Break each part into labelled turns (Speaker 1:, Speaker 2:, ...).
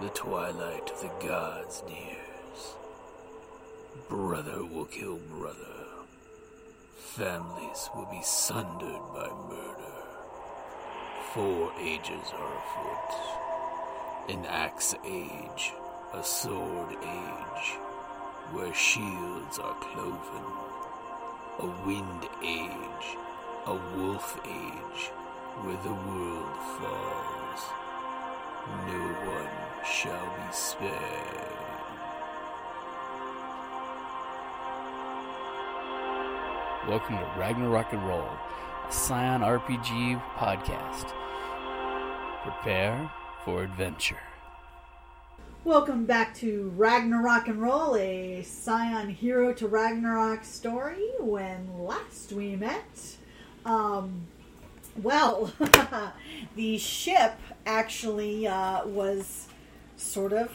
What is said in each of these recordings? Speaker 1: the twilight of the gods nears, brother will kill brother. Families will be sundered by murder. Four ages are afoot an axe age, a sword age, where shields are cloven, a wind age, a wolf age, where the world falls. No one shall be spared.
Speaker 2: Welcome to Ragnarok and Roll, a Scion RPG podcast. Prepare for adventure.
Speaker 3: Welcome back to Ragnarok and Roll, a Scion Hero to Ragnarok story. When last we met, um, well, the ship actually uh, was sort of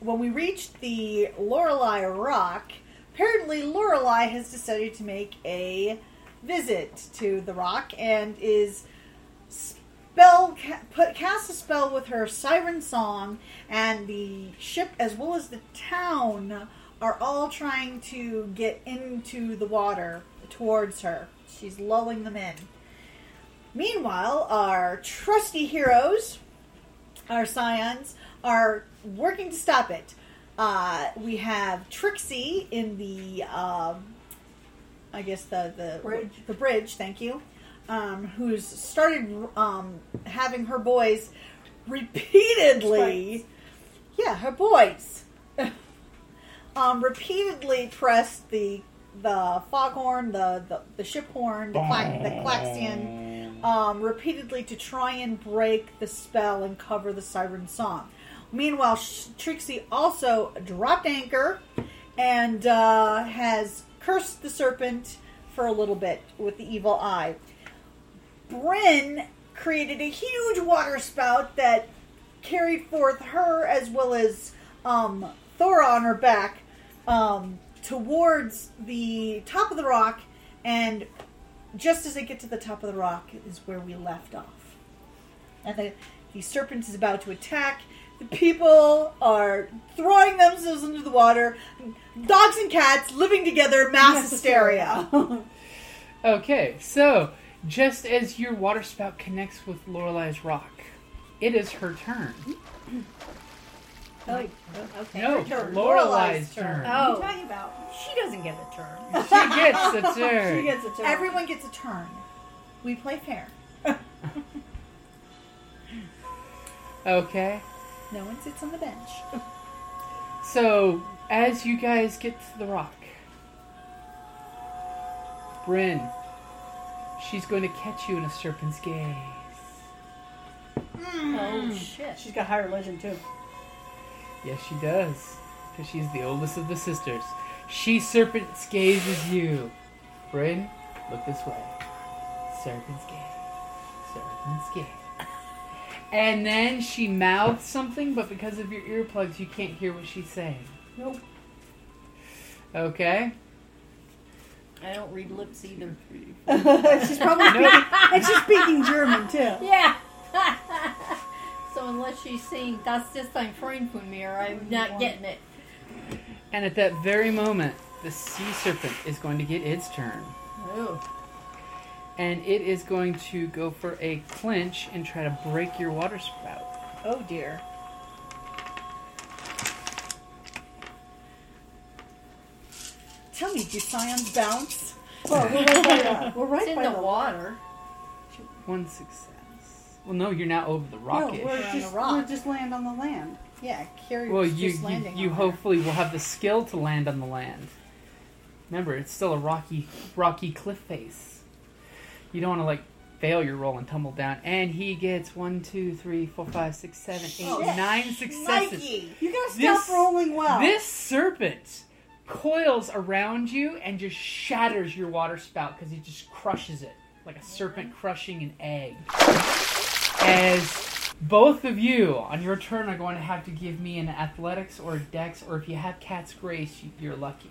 Speaker 3: when we reached the Lorelei Rock. Apparently, Lorelei has decided to make a visit to the rock and is spell ca- put cast a spell with her siren song, and the ship as well as the town are all trying to get into the water towards her. She's lulling them in. Meanwhile, our trusty heroes, our scions, are working to stop it. Uh, we have Trixie in the, um, I guess the the
Speaker 4: bridge.
Speaker 3: the bridge. Thank you. Um, who's started um, having her boys repeatedly? Twice. Yeah, her boys um, repeatedly press the the foghorn, the the, the ship horn, the, cla- the klaxion. Um, repeatedly to try and break the spell and cover the siren song. Meanwhile, Sh- Trixie also dropped anchor and uh, has cursed the serpent for a little bit with the evil eye. Bryn created a huge water spout that carried forth her as well as um, Thora on her back um, towards the top of the rock and just as they get to the top of the rock is where we left off. And the, the serpent is about to attack. The people are throwing themselves into the water. Dogs and cats living together, mass hysteria.
Speaker 5: okay, so just as your water spout connects with Lorelei's rock, it is her turn.
Speaker 4: Oh, okay.
Speaker 5: No, Lorelei's turn.
Speaker 4: Oh. What are you
Speaker 3: talking about?
Speaker 4: She doesn't get a turn.
Speaker 5: She gets a turn.
Speaker 4: Oh. she gets a turn.
Speaker 3: Everyone gets a turn. We play fair.
Speaker 5: okay.
Speaker 3: No one sits on the bench.
Speaker 5: So, as you guys get to the rock, Bryn, she's going to catch you in a serpent's gaze.
Speaker 3: Mm.
Speaker 4: Oh shit.
Speaker 6: She's got high religion too.
Speaker 5: Yes, she does. Because she's the oldest of the sisters. She serpent's gazes you. Bryn, look this way. Serpent's gaze. Serpent's gaze. And then she mouths something, but because of your earplugs, you can't hear what she's saying.
Speaker 6: Nope.
Speaker 5: Okay?
Speaker 4: I don't read lips either.
Speaker 6: she's probably speaking, and she's speaking German too.
Speaker 4: Yeah. so unless she's saying that's just ein Freund von mir, I'm not getting it.
Speaker 5: And at that very moment, the sea serpent is going to get its turn.
Speaker 4: Oh.
Speaker 5: And it is going to go for a clinch and try to break your water spout.
Speaker 3: Oh dear. Tell me, do scions bounce?
Speaker 6: Well, we're right by the, we're
Speaker 4: It's
Speaker 6: right
Speaker 4: in
Speaker 6: by
Speaker 4: the
Speaker 6: the
Speaker 4: water.
Speaker 5: One success. Well, no, you're not over the
Speaker 6: No,
Speaker 5: rocket.
Speaker 6: we're
Speaker 3: on
Speaker 6: just,
Speaker 3: the rock.
Speaker 6: we're just land on the land.
Speaker 3: Yeah, carry
Speaker 5: well,
Speaker 3: just
Speaker 5: you you,
Speaker 3: landing
Speaker 5: you
Speaker 3: on
Speaker 5: hopefully will have the skill to land on the land. Remember, it's still a rocky rocky cliff face. You don't want to like fail your roll and tumble down. And he gets one, two, three, four, five, six, seven, eight,
Speaker 3: Oh, Shit.
Speaker 5: nine
Speaker 3: there.
Speaker 5: successes.
Speaker 3: Nike.
Speaker 6: You gotta
Speaker 5: This-
Speaker 6: stop rolling well.
Speaker 5: This serpent coils around you and just shatters your water spout because he just crushes it like a serpent crushing an egg. As both of you on your turn are going to have to give me an athletics or a dex, or if you have cat's grace, you- you're lucky.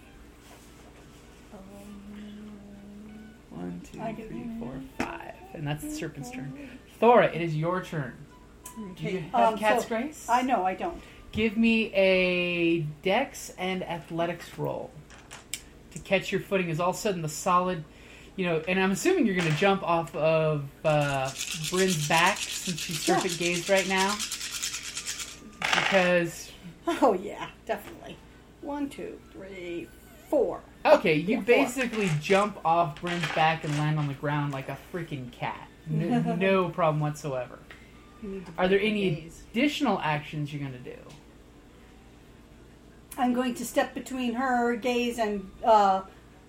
Speaker 5: One, two,
Speaker 6: I get-
Speaker 5: three, four, five. And that's the serpent's turn. Thora, it is your turn. Do you
Speaker 3: Okay.
Speaker 5: have
Speaker 6: Um,
Speaker 5: cat's
Speaker 6: so
Speaker 5: grace?
Speaker 6: I know I don't.
Speaker 5: Give me a dex and athletics roll to catch your footing. Is all of a sudden the solid, you know, and I'm assuming you're going to jump off of uh, Bryn's back since she's
Speaker 3: Sure.
Speaker 5: serpent gazed right now. Because,
Speaker 3: Oh yeah, definitely. One, two, three, four.
Speaker 5: okay,
Speaker 3: Yeah,
Speaker 5: you
Speaker 3: four.
Speaker 5: basically jump off Bryn's back and land on the ground like a freaking cat. No, no problem whatsoever.
Speaker 7: You need to
Speaker 5: Are there
Speaker 7: pick
Speaker 5: any
Speaker 7: days.
Speaker 5: additional actions you're going to do?
Speaker 3: I'm going to step between her gaze and uh,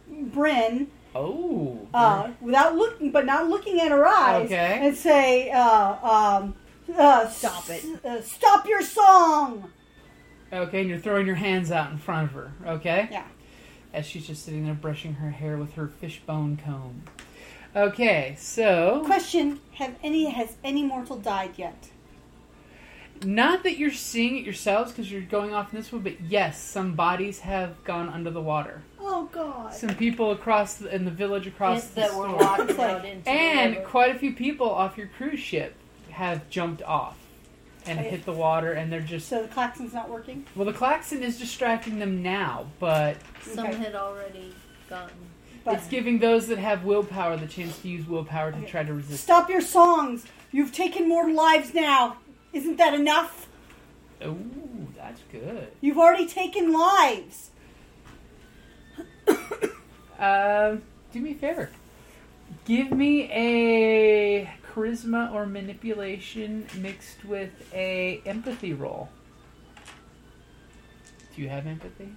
Speaker 3: Bryn
Speaker 5: Oh.
Speaker 3: uh, without looking, but not looking at her eyes,
Speaker 5: Okay.
Speaker 3: and say, uh, um, uh,
Speaker 7: Stop it.
Speaker 3: s- uh, stop your song.
Speaker 5: Okay, and you're throwing your hands out in front of her, okay?
Speaker 3: Yeah.
Speaker 5: As she's just sitting there brushing her hair with her fishbone comb. Okay, so
Speaker 3: Question: Have any has any mortal died yet?
Speaker 5: not that you're seeing it yourselves because you're going off in this one, but yes, some bodies have gone under the water.
Speaker 7: Oh God!
Speaker 5: Some people across the, in the village across
Speaker 4: Yes,
Speaker 5: the
Speaker 4: that were
Speaker 5: storm.
Speaker 4: locked out into the
Speaker 5: and
Speaker 4: river.
Speaker 5: quite a few people off your cruise ship have jumped off and
Speaker 3: Okay.
Speaker 5: hit the water, and they're just
Speaker 3: So the klaxon's not working.
Speaker 5: well, the klaxon is distracting them now, but
Speaker 4: Some
Speaker 3: Okay.
Speaker 4: had already gotten.
Speaker 3: But
Speaker 5: it's giving those that have willpower the chance to use willpower to
Speaker 3: Okay.
Speaker 5: try to resist.
Speaker 3: stop your songs. You've taken more lives now. Isn't that enough?
Speaker 5: Oh, that's good.
Speaker 3: You've already taken lives.
Speaker 5: Um, do me a favor. Give me a charisma or manipulation mixed with a empathy roll. Do you have empathy?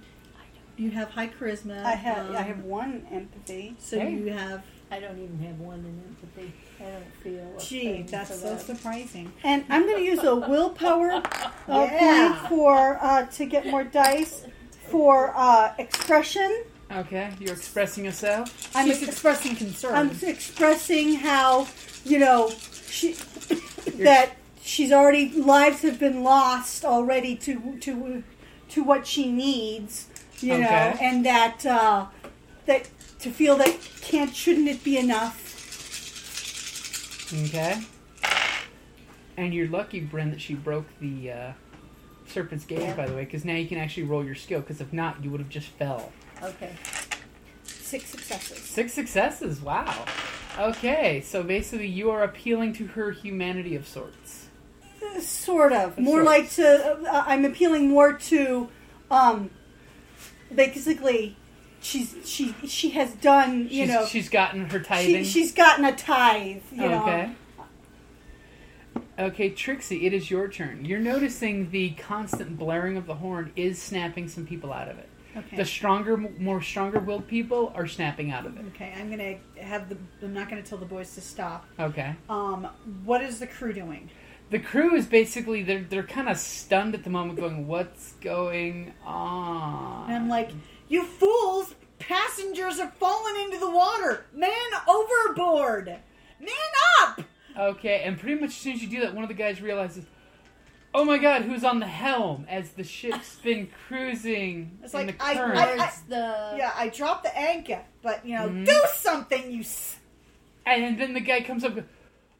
Speaker 7: You have high charisma.
Speaker 3: I have
Speaker 7: um,
Speaker 3: I have one empathy.
Speaker 7: So
Speaker 5: Hey.
Speaker 7: you have.
Speaker 4: I don't even have one in empathy. I don't feel. a
Speaker 7: Gee,
Speaker 4: thing
Speaker 7: that's
Speaker 4: for
Speaker 7: so
Speaker 4: that.
Speaker 7: surprising.
Speaker 3: And I'm going to use a willpower uh,
Speaker 7: Yeah.
Speaker 3: point for uh, to get more dice for uh, expression.
Speaker 5: Okay, you're expressing yourself.
Speaker 3: I'm,
Speaker 7: She's expressing concern.
Speaker 3: I'm expressing how you know she that she's already lives have been lost already to to to what she needs, you know,
Speaker 5: Okay.
Speaker 3: and that uh, that to feel that can't shouldn't it be enough?
Speaker 5: Okay. And you're lucky, Bryn, that she broke the uh, serpent's gaze, by the way, because now you can actually roll your skill. Because if not, you would have just fell.
Speaker 4: Okay.
Speaker 3: Six successes.
Speaker 5: Six successes. Wow. Okay, so basically, you are appealing to her humanity of sorts.
Speaker 3: Uh, Sort of. More
Speaker 5: Sort.
Speaker 3: like to. Uh, I'm appealing more to, um, basically, she's she she has done. You
Speaker 5: she's,
Speaker 3: know,
Speaker 5: she's gotten her
Speaker 3: she,
Speaker 5: tithing.
Speaker 3: she's gotten a tithe. You
Speaker 5: okay.
Speaker 3: know,
Speaker 5: Okay, Trixie, it is your turn. You're noticing the constant blaring of the horn is snapping some people out of it.
Speaker 7: okay.
Speaker 5: The stronger, more stronger-willed people are snapping out of it.
Speaker 7: okay, I'm gonna have the. I'm not gonna tell the boys to stop.
Speaker 5: Okay.
Speaker 7: Um, what is the crew doing?
Speaker 5: The crew is basically they're they're kind of stunned at the moment, going, "What's going on?"
Speaker 7: And I'm like, you fools! Passengers are falling into the water. Man overboard. Man up.
Speaker 5: Okay, and pretty much as soon as you do that, one of the guys realizes, oh my god, who's on the helm as the ship's been cruising
Speaker 7: It's
Speaker 5: in
Speaker 7: like,
Speaker 5: the
Speaker 7: I-
Speaker 5: current.
Speaker 7: I-
Speaker 4: Towards the
Speaker 7: Yeah, I dropped the anchor, but you know,
Speaker 5: Mhm.
Speaker 7: do something, you. S-
Speaker 5: and then the guy comes up,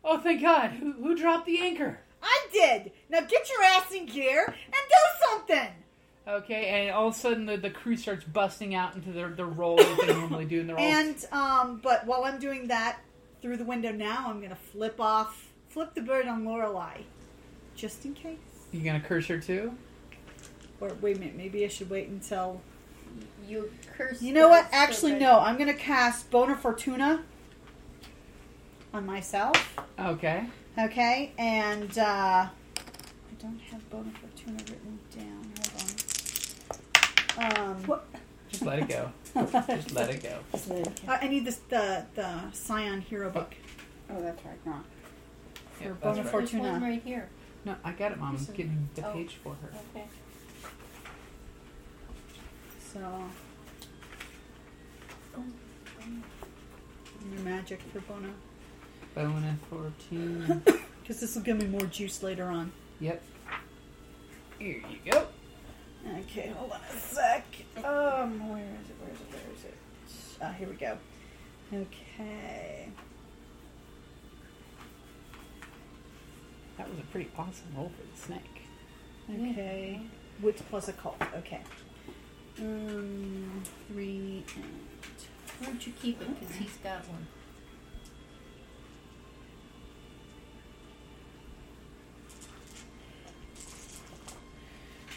Speaker 5: oh thank god, who, who dropped the anchor?
Speaker 7: I did. Now get your ass in gear and do something.
Speaker 5: Okay, and all of a sudden the, the crew starts busting out into their, their role that they normally do, and they're all...
Speaker 7: And um, but while I'm doing that through the window now, I'm gonna flip off, flip the bird on Lorelei, just in case.
Speaker 5: you gonna curse her too?
Speaker 7: Or wait a minute, maybe I should wait until.
Speaker 4: you curse.
Speaker 7: You know what?
Speaker 4: the
Speaker 7: Actually,
Speaker 4: serpent.
Speaker 7: no. I'm gonna cast Bona Fortuna on myself.
Speaker 5: Okay.
Speaker 7: Okay, and uh, I don't have Bona Fortuna written down. Hold on. Um,
Speaker 3: What-
Speaker 5: Just let it go. Just let it go.
Speaker 7: I I need this the the Scion Hero book
Speaker 3: Oh, that's right. No.
Speaker 7: for
Speaker 5: Yeah,
Speaker 7: Bona
Speaker 5: that's right.
Speaker 4: There's one
Speaker 7: Fortuna.
Speaker 4: right here.
Speaker 5: No, I got it, Mom. I'm getting the
Speaker 4: Oh.
Speaker 5: page for her.
Speaker 4: Okay.
Speaker 7: So. Your magic for Bona,
Speaker 5: Bona 14.
Speaker 7: because this will give me more juice later on.
Speaker 5: yep. Here you go.
Speaker 7: Okay, hold on a sec. Um, where is it? Where is it? Where is it? Ah, here we go. Okay.
Speaker 5: That was a pretty awesome roll for the snake.
Speaker 7: Okay.
Speaker 3: wits plus occult. Okay. Um, three and
Speaker 4: Where'd you keep it? Because he's got one.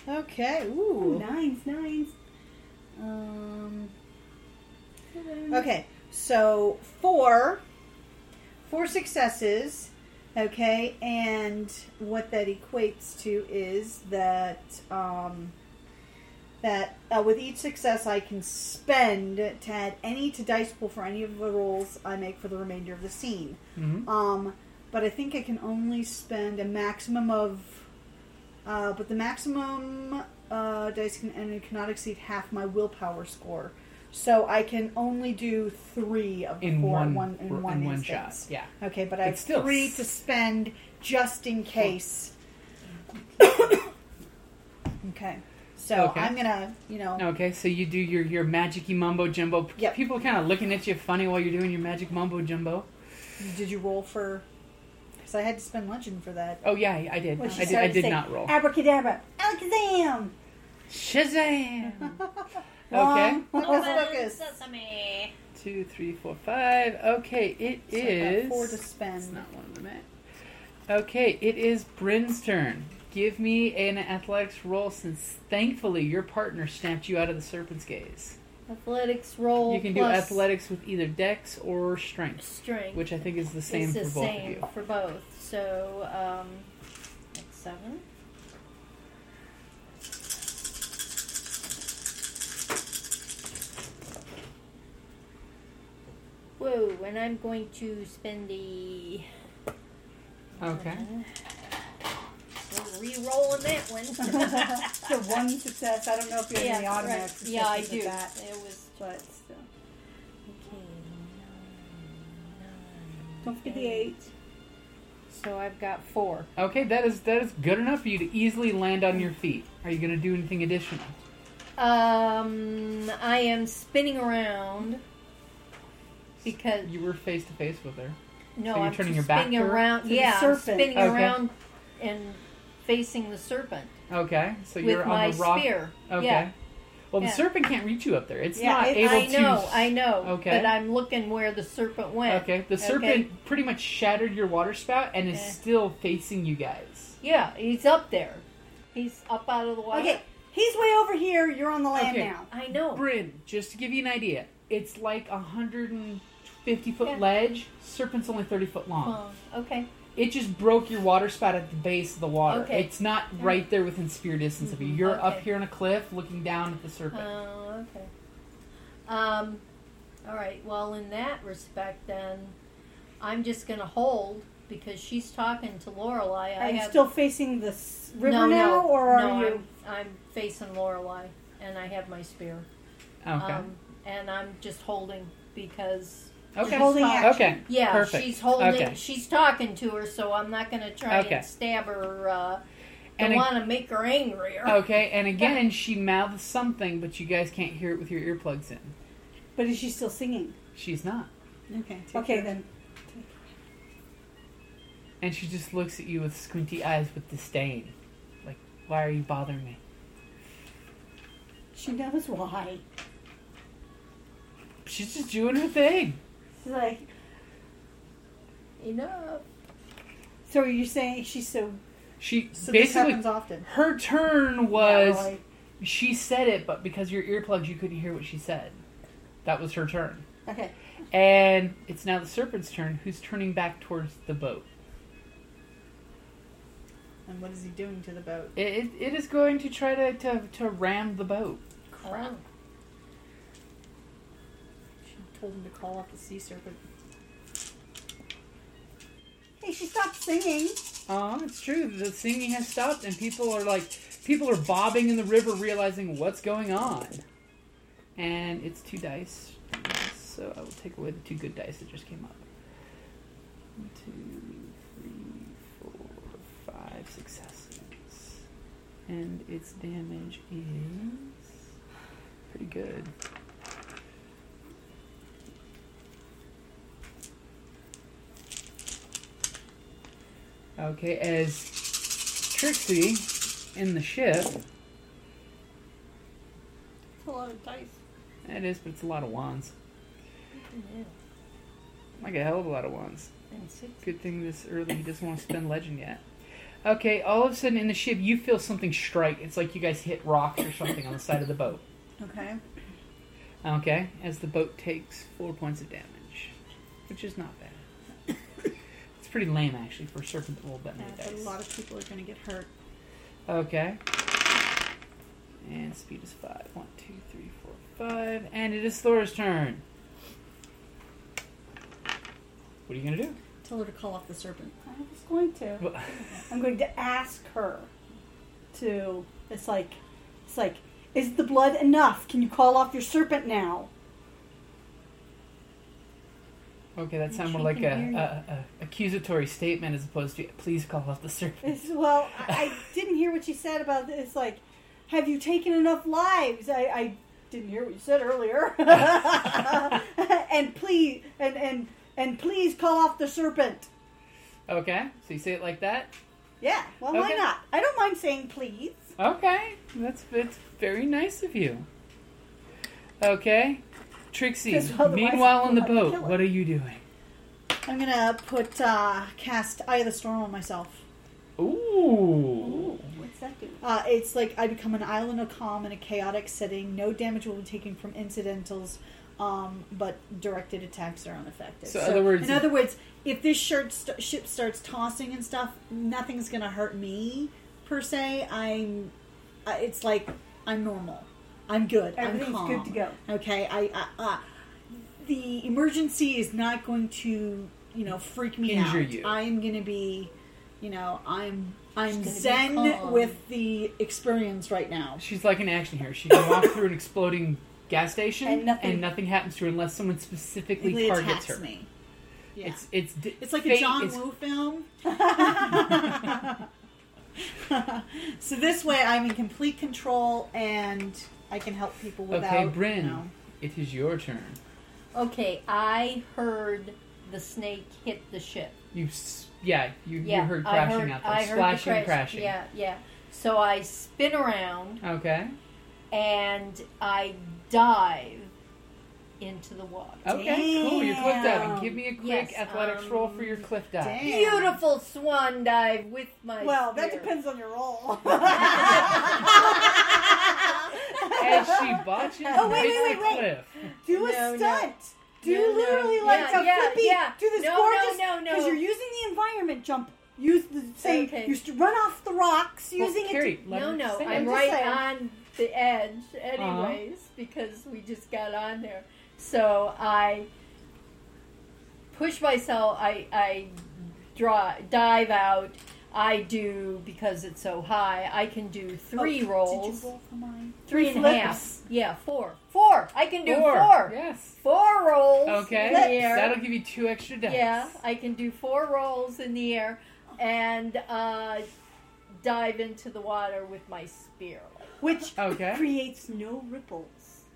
Speaker 7: Okay.
Speaker 3: Ooh,
Speaker 7: Ooh.
Speaker 3: nines, nines. Um, seven.
Speaker 7: Okay. So four, four successes. Okay, and what that equates to is that um, that uh, with each success I can spend to add any to dice pool for any of the rolls I make for the remainder of the scene.
Speaker 5: Mm-hmm.
Speaker 7: Um, but I think I can only spend a maximum of. Uh, but the maximum uh, dice can and it cannot exceed half my willpower score. So I can only do three of the
Speaker 5: In
Speaker 7: four
Speaker 5: one,
Speaker 7: one, in one
Speaker 5: shot.
Speaker 7: instance.
Speaker 5: Yeah.
Speaker 7: Okay, but I have
Speaker 5: It's still
Speaker 7: three
Speaker 5: s-
Speaker 7: to spend just in case. okay, so
Speaker 5: Okay.
Speaker 7: I'm gonna, you know,
Speaker 5: Okay, so you do your your magic mumbo jumbo.
Speaker 7: Yep.
Speaker 5: People kind of looking at you funny while you're doing your magic mumbo jumbo.
Speaker 7: did you roll for? Because I had to spend legend for that.
Speaker 5: Oh yeah, I did.
Speaker 3: Well, she
Speaker 5: I did.
Speaker 3: started
Speaker 5: I
Speaker 3: to
Speaker 5: did
Speaker 3: say,
Speaker 5: not
Speaker 7: "Ah."
Speaker 5: roll.
Speaker 3: Abracadabra, alakazam.
Speaker 5: Shazam! okay,
Speaker 3: Um,
Speaker 4: Oh,
Speaker 7: Focus, focus.
Speaker 4: Sesame.
Speaker 5: two, three, four, five. Okay, it
Speaker 7: So I've got
Speaker 5: is.
Speaker 7: four to
Speaker 5: It's
Speaker 7: spend.
Speaker 5: not one of them. eh? Okay, it is Bryn's turn. Give me an athletics roll since thankfully your partner snapped you out of the serpent's gaze.
Speaker 4: Athletics roll.
Speaker 5: You can do
Speaker 4: plus
Speaker 5: athletics with either dex or strength,
Speaker 4: Strength.
Speaker 5: which I think is the same
Speaker 4: it's
Speaker 5: for
Speaker 4: the
Speaker 5: both
Speaker 4: same
Speaker 5: of you.
Speaker 4: for both. So, um, that's seven. Whoa, and I'm going to spend the.
Speaker 5: Okay.
Speaker 4: We're re-rolling that one.
Speaker 3: so one success. I don't know if you have any automatic
Speaker 4: right.
Speaker 3: successes
Speaker 4: Yeah, I
Speaker 3: with
Speaker 4: do.
Speaker 3: that,
Speaker 4: It was
Speaker 3: but still.
Speaker 4: okay.
Speaker 3: Don't forget the eight.
Speaker 4: So I've got four.
Speaker 5: Okay, that is that is good enough for you to easily land on your feet. Are you going to do anything additional?
Speaker 4: Um, I am spinning around because
Speaker 5: You were face to face with her.
Speaker 4: no,
Speaker 5: So you're
Speaker 4: I'm
Speaker 5: turning your
Speaker 4: just
Speaker 5: back
Speaker 4: spinning
Speaker 5: to her?
Speaker 4: around.
Speaker 3: To the
Speaker 4: yeah, I'm
Speaker 3: serpent.
Speaker 4: spinning
Speaker 5: Okay.
Speaker 4: around and facing the serpent
Speaker 5: Okay, so
Speaker 4: with
Speaker 5: you're
Speaker 4: my
Speaker 5: on the rock.
Speaker 4: spear.
Speaker 5: Okay.
Speaker 4: Yeah,
Speaker 5: Well, the
Speaker 4: Yeah.
Speaker 5: serpent can't reach you up there. It's
Speaker 3: Yeah,
Speaker 5: not
Speaker 3: it-
Speaker 5: able
Speaker 4: I know,
Speaker 5: to.
Speaker 4: I know.
Speaker 5: Okay.
Speaker 4: But I'm looking where the serpent went.
Speaker 5: Okay, the serpent pretty much shattered your water spout and is
Speaker 4: Eh.
Speaker 5: still facing you guys.
Speaker 4: Yeah, he's up there. He's up out of the water.
Speaker 3: Okay, he's way over here. You're on the land
Speaker 5: Okay.
Speaker 3: now.
Speaker 4: I know.
Speaker 5: Bryn, just to give you an idea, it's like a hundred and fifty foot
Speaker 4: Yeah.
Speaker 5: ledge. Serpent's only thirty foot long.
Speaker 4: Oh, okay.
Speaker 5: It just broke your water spout at the base of the water.
Speaker 4: Okay.
Speaker 5: It's not right there within spear distance of you.
Speaker 4: Mhm,
Speaker 5: You're up
Speaker 4: okay.
Speaker 5: here on a cliff looking down at the
Speaker 4: Oh,
Speaker 5: serpent.
Speaker 4: okay. Um, all right. Well, in that respect, then I'm just gonna hold because she's talking to Lorelai.
Speaker 3: Are
Speaker 4: I
Speaker 3: you
Speaker 4: have,
Speaker 3: still facing the s- river
Speaker 4: no,
Speaker 3: now,
Speaker 4: no,
Speaker 3: or are
Speaker 4: no,
Speaker 3: you?
Speaker 4: I'm, I'm facing Lorelai, and I have my spear.
Speaker 5: okay.
Speaker 4: Um, and I'm just holding because
Speaker 5: okay.
Speaker 3: holding
Speaker 4: Stop.
Speaker 3: action.
Speaker 5: okay.
Speaker 4: yeah,
Speaker 5: Perfect.
Speaker 4: she's holding.
Speaker 5: Okay.
Speaker 4: She's talking to her, so I'm not gonna try
Speaker 5: Okay.
Speaker 4: and stab her. Uh,
Speaker 5: And
Speaker 4: don't
Speaker 5: ag- Oh.
Speaker 4: want to make her angrier.
Speaker 5: Okay, and again, she mouths something, but you guys can't hear it with your earplugs in.
Speaker 3: But is she still singing?
Speaker 5: She's not.
Speaker 7: Okay.
Speaker 3: okay, then.
Speaker 5: And she just looks at you with squinty eyes with disdain. Like, why are you bothering me?
Speaker 3: She knows why.
Speaker 5: She's just doing her thing.
Speaker 3: She's like,
Speaker 4: Enough.
Speaker 3: so you're saying she's so
Speaker 5: She
Speaker 7: So this
Speaker 5: basically
Speaker 7: happens often.
Speaker 5: her turn was
Speaker 3: Now, like-
Speaker 5: she said it, but because your earplugs you couldn't hear what she said. That was her turn.
Speaker 3: okay?
Speaker 5: And it's now the serpent's turn, who's turning back towards the boat.
Speaker 7: And what is he doing to the boat?
Speaker 5: It, it, it is going to try to, to, to ram the boat.
Speaker 4: Crap.
Speaker 7: She told him to call up the sea serpent.
Speaker 3: Hey, she stopped singing.
Speaker 5: Oh, it's true. The singing has stopped, and people are like, people are bobbing in the river, realizing what's going on. And it's two dice, so I will take away the two good dice that just came up. One, Two, three, four, five successes, and its damage is pretty good. Okay, as Trixie in the ship
Speaker 4: a lot of dice.
Speaker 5: It is, but it's a lot of wands.
Speaker 4: Yeah.
Speaker 5: Like a hell of a lot of wands.
Speaker 4: And six.
Speaker 5: Good thing this early he doesn't want to spend legend yet. Okay, all of a sudden in the ship you feel something strike. It's like you guys hit rocks or something on the side of the boat.
Speaker 3: Okay.
Speaker 5: Okay, as the boat takes four points of damage, which is not bad. it's pretty lame actually for a serpent to roll that many
Speaker 3: Yeah, but a
Speaker 5: dice.
Speaker 3: lot of people are going to get hurt.
Speaker 5: Okay. And speed is five. One, two, three, four, five. And it is Thor's turn. What are you gonna do?
Speaker 4: Tell her to call off the serpent.
Speaker 3: I was going to. I'm going to ask her to. It's like, it's like, is the blood enough? Can you call off your serpent now?
Speaker 5: Okay, that sounded more
Speaker 4: she
Speaker 5: like
Speaker 4: can hear you.
Speaker 5: a, a, a accusatory statement as opposed to please call off the serpent.
Speaker 3: It's, well, I, I didn't hear what she said about this. It's like, have you taken enough lives? I, I didn't hear what you said earlier. and please, and and and please call off the serpent.
Speaker 5: Okay, so you say it like that.
Speaker 3: Yeah. Well, why
Speaker 5: Okay.
Speaker 3: not? I don't mind saying please.
Speaker 5: Okay, that's that's very nice of you. Okay, Trixie.
Speaker 3: 'Cause otherwise
Speaker 5: Meanwhile, on the
Speaker 3: I'd kill
Speaker 5: boat,
Speaker 3: her.
Speaker 5: what are you doing?
Speaker 3: I'm gonna put uh, cast Eye of the Storm on myself.
Speaker 5: Ooh.
Speaker 4: What's that do?
Speaker 3: Uh, it's like I become an island of calm in a chaotic setting. No damage will be taken from incidentals, um, but directed attacks are unaffected.
Speaker 5: So, other words-
Speaker 3: in other words, if this shirt st- ship starts tossing and stuff, nothing's gonna hurt me per se. I'm, uh, it's like I'm normal. I'm good.
Speaker 8: Everything's
Speaker 3: I'm calm.
Speaker 8: good to go.
Speaker 3: Okay, I, I uh, the emergency is not going to you know freak me
Speaker 5: Injure
Speaker 3: out.
Speaker 5: you.
Speaker 3: I'm gonna be, you know, I'm I'm
Speaker 4: gonna be
Speaker 3: zen
Speaker 4: calm.
Speaker 3: with the experience right now.
Speaker 5: She's like an action hero. She can walk through an exploding gas station
Speaker 3: And nothing-
Speaker 5: happens to her unless someone specifically
Speaker 3: It attacks
Speaker 5: targets her.
Speaker 3: me. Yeah.
Speaker 5: It's
Speaker 3: It's,
Speaker 5: it's d-
Speaker 3: like
Speaker 5: fate
Speaker 3: a John
Speaker 5: is-
Speaker 3: Woo film. so this way, I'm in complete control and I can help people without.
Speaker 5: Okay, Bryn,
Speaker 3: you know-
Speaker 5: it is your turn.
Speaker 4: Okay, I heard the snake hit the ship.
Speaker 5: You s- yeah you,
Speaker 4: Yeah,
Speaker 5: you heard
Speaker 4: I
Speaker 5: crashing
Speaker 4: heard,
Speaker 5: out there,
Speaker 4: I heard the
Speaker 5: splashing
Speaker 4: crash.
Speaker 5: crashing.
Speaker 4: Yeah, yeah. So I spin around
Speaker 5: Okay.
Speaker 4: and I dive into the water.
Speaker 5: Okay. Cool. You're cliff diving.
Speaker 3: Damn.
Speaker 5: Give me a quick
Speaker 4: Yes,
Speaker 5: athletics roll for your
Speaker 4: um,
Speaker 5: cliff dive.
Speaker 3: Damn.
Speaker 4: Beautiful swan dive with my.
Speaker 3: Oh, Well, that
Speaker 4: spear.
Speaker 3: depends on your role.
Speaker 5: As she botches
Speaker 3: Oh, wait,
Speaker 5: hits
Speaker 3: wait,
Speaker 5: the
Speaker 3: wait,
Speaker 5: cliff.
Speaker 3: Do a
Speaker 4: No, no.
Speaker 3: stunt. Do
Speaker 4: No, no.
Speaker 3: literally like
Speaker 4: Yeah,
Speaker 3: a
Speaker 4: yeah,
Speaker 3: flippy.
Speaker 4: yeah.
Speaker 3: Do this
Speaker 4: No,
Speaker 3: gorgeous.
Speaker 4: no, no, no.
Speaker 3: Because you're using the environment jump. Use the say.
Speaker 4: Okay.
Speaker 3: You st- run off the rocks
Speaker 5: Well,
Speaker 3: using
Speaker 5: Carrie,
Speaker 3: it.
Speaker 5: let
Speaker 4: No,
Speaker 5: her
Speaker 4: no,
Speaker 5: say
Speaker 4: I'm
Speaker 5: it.
Speaker 3: just
Speaker 4: right
Speaker 3: saying.
Speaker 4: on the edge, anyways,
Speaker 5: Uh-huh.
Speaker 4: because we just got on there. So I push myself. I I draw dive out. I do because it's so high. I can do three
Speaker 3: three
Speaker 4: rolls,
Speaker 3: for mine?
Speaker 4: three and a half.
Speaker 3: flips.
Speaker 4: Yeah, four, four. I can do four,
Speaker 5: Four.
Speaker 4: four,
Speaker 5: Yes.
Speaker 4: rolls.
Speaker 5: Okay.
Speaker 4: in the air.
Speaker 5: That'll give you two extra dice.
Speaker 4: Yeah, I can do four rolls in the air and uh, dive into the water with my spear.
Speaker 3: Which
Speaker 5: Okay.
Speaker 3: creates no ripples.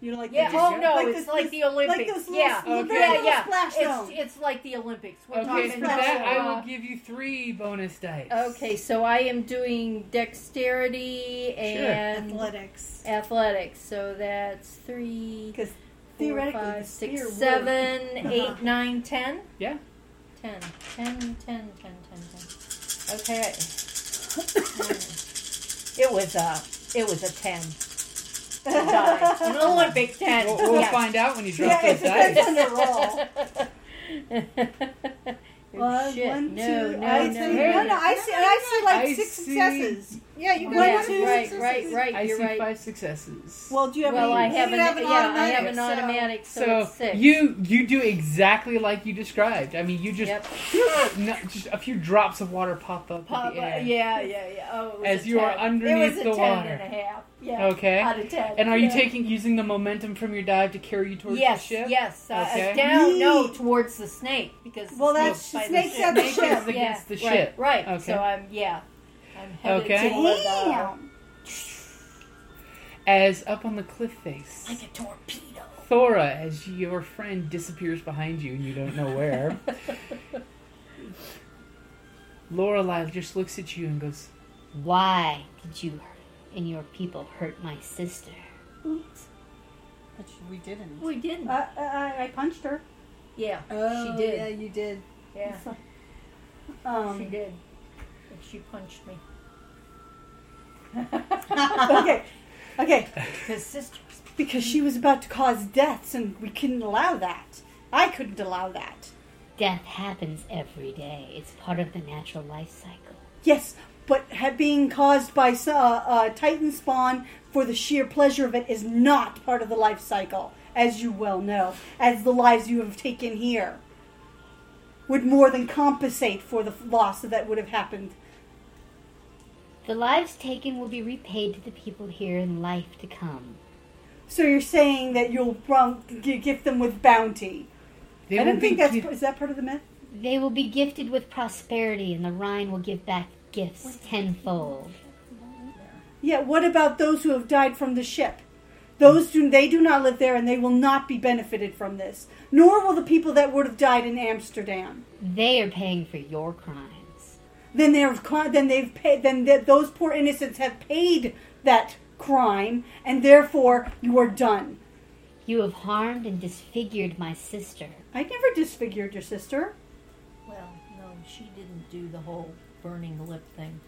Speaker 3: You know, like
Speaker 4: Yeah.
Speaker 5: just
Speaker 4: Oh
Speaker 5: go-
Speaker 4: no,
Speaker 3: like
Speaker 4: it's
Speaker 3: this-
Speaker 4: like
Speaker 3: this-
Speaker 4: the Olympics.
Speaker 3: like those little,
Speaker 4: yeah.
Speaker 3: little,
Speaker 5: Okay.
Speaker 3: very
Speaker 4: Yeah,
Speaker 3: little
Speaker 4: yeah.
Speaker 3: splash
Speaker 4: It's,
Speaker 3: zone.
Speaker 4: it's like the Olympics. We're
Speaker 5: Okay,
Speaker 4: talking
Speaker 5: for
Speaker 3: about-
Speaker 5: that I will
Speaker 4: uh,
Speaker 5: give you three bonus dice.
Speaker 4: Okay, so I am doing dexterity and
Speaker 3: athletics.
Speaker 4: athletics. So that's three,
Speaker 3: Because
Speaker 4: four,
Speaker 3: theoretically, the
Speaker 4: five,
Speaker 3: spear
Speaker 4: six,
Speaker 3: would-
Speaker 4: seven, eight,
Speaker 3: Uh-huh.
Speaker 4: nine, ten.
Speaker 5: Yeah.
Speaker 4: 10, 10, 10, 10, 10, 10. Okay. it was a, it was a 10. To die. An Olympic 10.
Speaker 5: We'll, we'll
Speaker 4: yes.
Speaker 5: find out when you drop
Speaker 3: yeah, it
Speaker 5: those dice.
Speaker 3: depends on the roll.
Speaker 4: Oh,
Speaker 3: One,
Speaker 4: shit.
Speaker 3: one,
Speaker 4: no,
Speaker 3: two,
Speaker 4: no,
Speaker 3: I
Speaker 4: no,
Speaker 3: see-
Speaker 4: no,
Speaker 3: no, no, I see, I see like
Speaker 5: I
Speaker 3: six
Speaker 5: see-
Speaker 3: successes. Yeah, you
Speaker 4: Yeah,
Speaker 3: got
Speaker 4: right,
Speaker 3: two
Speaker 4: right,
Speaker 3: successes.
Speaker 4: right,
Speaker 5: I
Speaker 4: You're
Speaker 5: see
Speaker 4: right.
Speaker 5: five successes.
Speaker 3: Well, do you have
Speaker 4: Well,
Speaker 3: any?
Speaker 4: I have
Speaker 3: you
Speaker 4: an,
Speaker 3: have an
Speaker 4: yeah, I have
Speaker 3: automatic, so-
Speaker 4: an automatic, so,
Speaker 5: so
Speaker 4: it's six.
Speaker 5: you you do exactly like you described. I mean, you just
Speaker 4: Yep.
Speaker 5: no, just a few drops of water pop up.
Speaker 4: Pop,
Speaker 5: in the air.
Speaker 4: yeah, yeah, yeah. Oh, it was
Speaker 5: As
Speaker 4: a
Speaker 5: you are
Speaker 4: 10.
Speaker 5: underneath
Speaker 4: it was a
Speaker 5: the
Speaker 4: 10
Speaker 5: water.
Speaker 4: And a half. Yeah.
Speaker 5: Okay.
Speaker 4: Out of 10.
Speaker 5: And are you
Speaker 4: yeah.
Speaker 5: taking using the momentum from your dive to carry you towards
Speaker 4: Yes,
Speaker 5: the ship?
Speaker 4: yes. Uh,
Speaker 5: Okay.
Speaker 4: down, no,
Speaker 3: Yeet.
Speaker 4: towards the snake because
Speaker 3: Well,
Speaker 4: the
Speaker 3: that's
Speaker 4: snake's by
Speaker 3: snake's at
Speaker 4: the
Speaker 3: the
Speaker 4: ship.
Speaker 3: ship.
Speaker 5: Snake's against the
Speaker 4: right,
Speaker 5: ship.
Speaker 4: Right.
Speaker 5: Okay.
Speaker 4: So I'm yeah. I'm headed
Speaker 5: Okay.
Speaker 4: toward the,
Speaker 3: Damn.
Speaker 5: As up on the cliff face,
Speaker 4: like a torpedo.
Speaker 5: Thora, as your friend disappears behind you and you don't know where, Lorelai just looks at you and goes,
Speaker 9: Why did you and your people hurt my sister?
Speaker 8: But sh- we didn't.
Speaker 4: We didn't.
Speaker 3: Uh, uh, I I punched her.
Speaker 4: yeah,
Speaker 8: oh,
Speaker 4: she did.
Speaker 8: Yeah, you did.
Speaker 4: Yeah,
Speaker 3: Um,
Speaker 4: she did. And she punched me.
Speaker 3: okay, okay,
Speaker 4: Because sisters.
Speaker 3: because she was about to cause deaths, and we couldn't allow that. I couldn't allow that.
Speaker 9: Death happens every day. It's part of the natural life cycle.
Speaker 3: Yes, but ha- being caused by s- uh, uh, Titan spawn for the sheer pleasure of it is not part of the life cycle, as you well know, as the lives you have taken here would more than compensate for the f- loss that would have happened.
Speaker 9: The lives taken will be repaid to the people here in life to come.
Speaker 3: So you're saying that you'll bron- g- gift them with bounty.
Speaker 5: They
Speaker 3: I
Speaker 5: will
Speaker 3: don't
Speaker 5: be
Speaker 3: think that's
Speaker 5: gi-
Speaker 3: is that part of the myth.
Speaker 9: They will be gifted with prosperity, and the Rhine will give back gifts tenfold.
Speaker 3: Yeah. What about those who have died from the ship? Those do they do not live there, and they will not be benefited from this. Nor will the people that would have died in Amsterdam.
Speaker 9: They are paying for your crimes.
Speaker 3: then they've cri- then they've paid then th- those poor innocents have paid that crime and therefore you are done
Speaker 9: You have harmed and disfigured my sister.
Speaker 3: i never disfigured your sister
Speaker 4: Well, no, she didn't do the whole burning lip thing.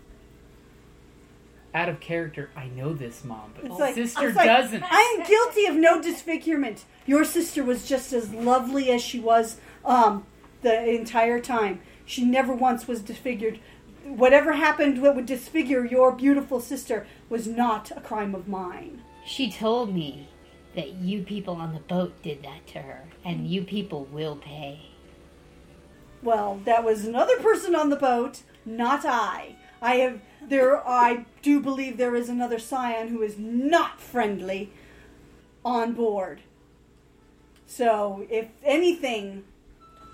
Speaker 5: out of character. I know this, mom, but
Speaker 3: It's like-
Speaker 5: sister
Speaker 3: it's like- "Ah."
Speaker 5: doesn't.
Speaker 3: i am guilty of no disfigurement your sister was just as lovely as she was um, the entire time she never once was disfigured whatever happened what would disfigure your beautiful sister was not a crime of mine
Speaker 9: She told me that you people on the boat did that to her, and you people will pay.
Speaker 3: Well, that was another person on the boat, not I. I have there. I do believe there is another scion who is not friendly on board. So, if anything,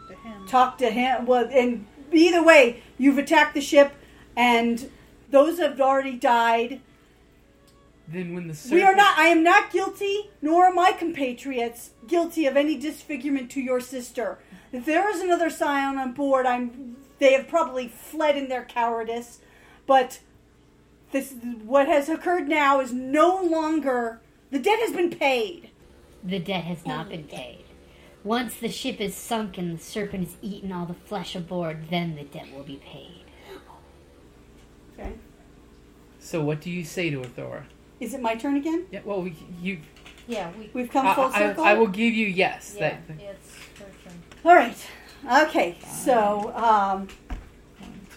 Speaker 8: To him.
Speaker 3: talk to him. Well, and either way, you've attacked the ship, and those have already died.
Speaker 5: Then when the serpent,
Speaker 3: We are not. I am not guilty, nor are my compatriots guilty of any disfigurement to your sister. If there is another scion on board, I'm. They have probably fled in their cowardice, but this what has occurred now is no longer. The debt has been paid.
Speaker 9: The debt has not been paid. Once the ship is sunk and the serpent has eaten all the flesh aboard, then the debt will be paid.
Speaker 3: Okay.
Speaker 5: So what do you say to her, Thora?
Speaker 3: Is it my turn again?
Speaker 5: Yeah, well, we, you.
Speaker 4: Yeah, we.
Speaker 3: We've
Speaker 5: I,
Speaker 3: come full
Speaker 5: I-
Speaker 3: circle.
Speaker 5: I, will give you yes.
Speaker 4: Yeah,
Speaker 5: That,
Speaker 4: it's her turn.
Speaker 3: All right. Okay. So um,
Speaker 5: one,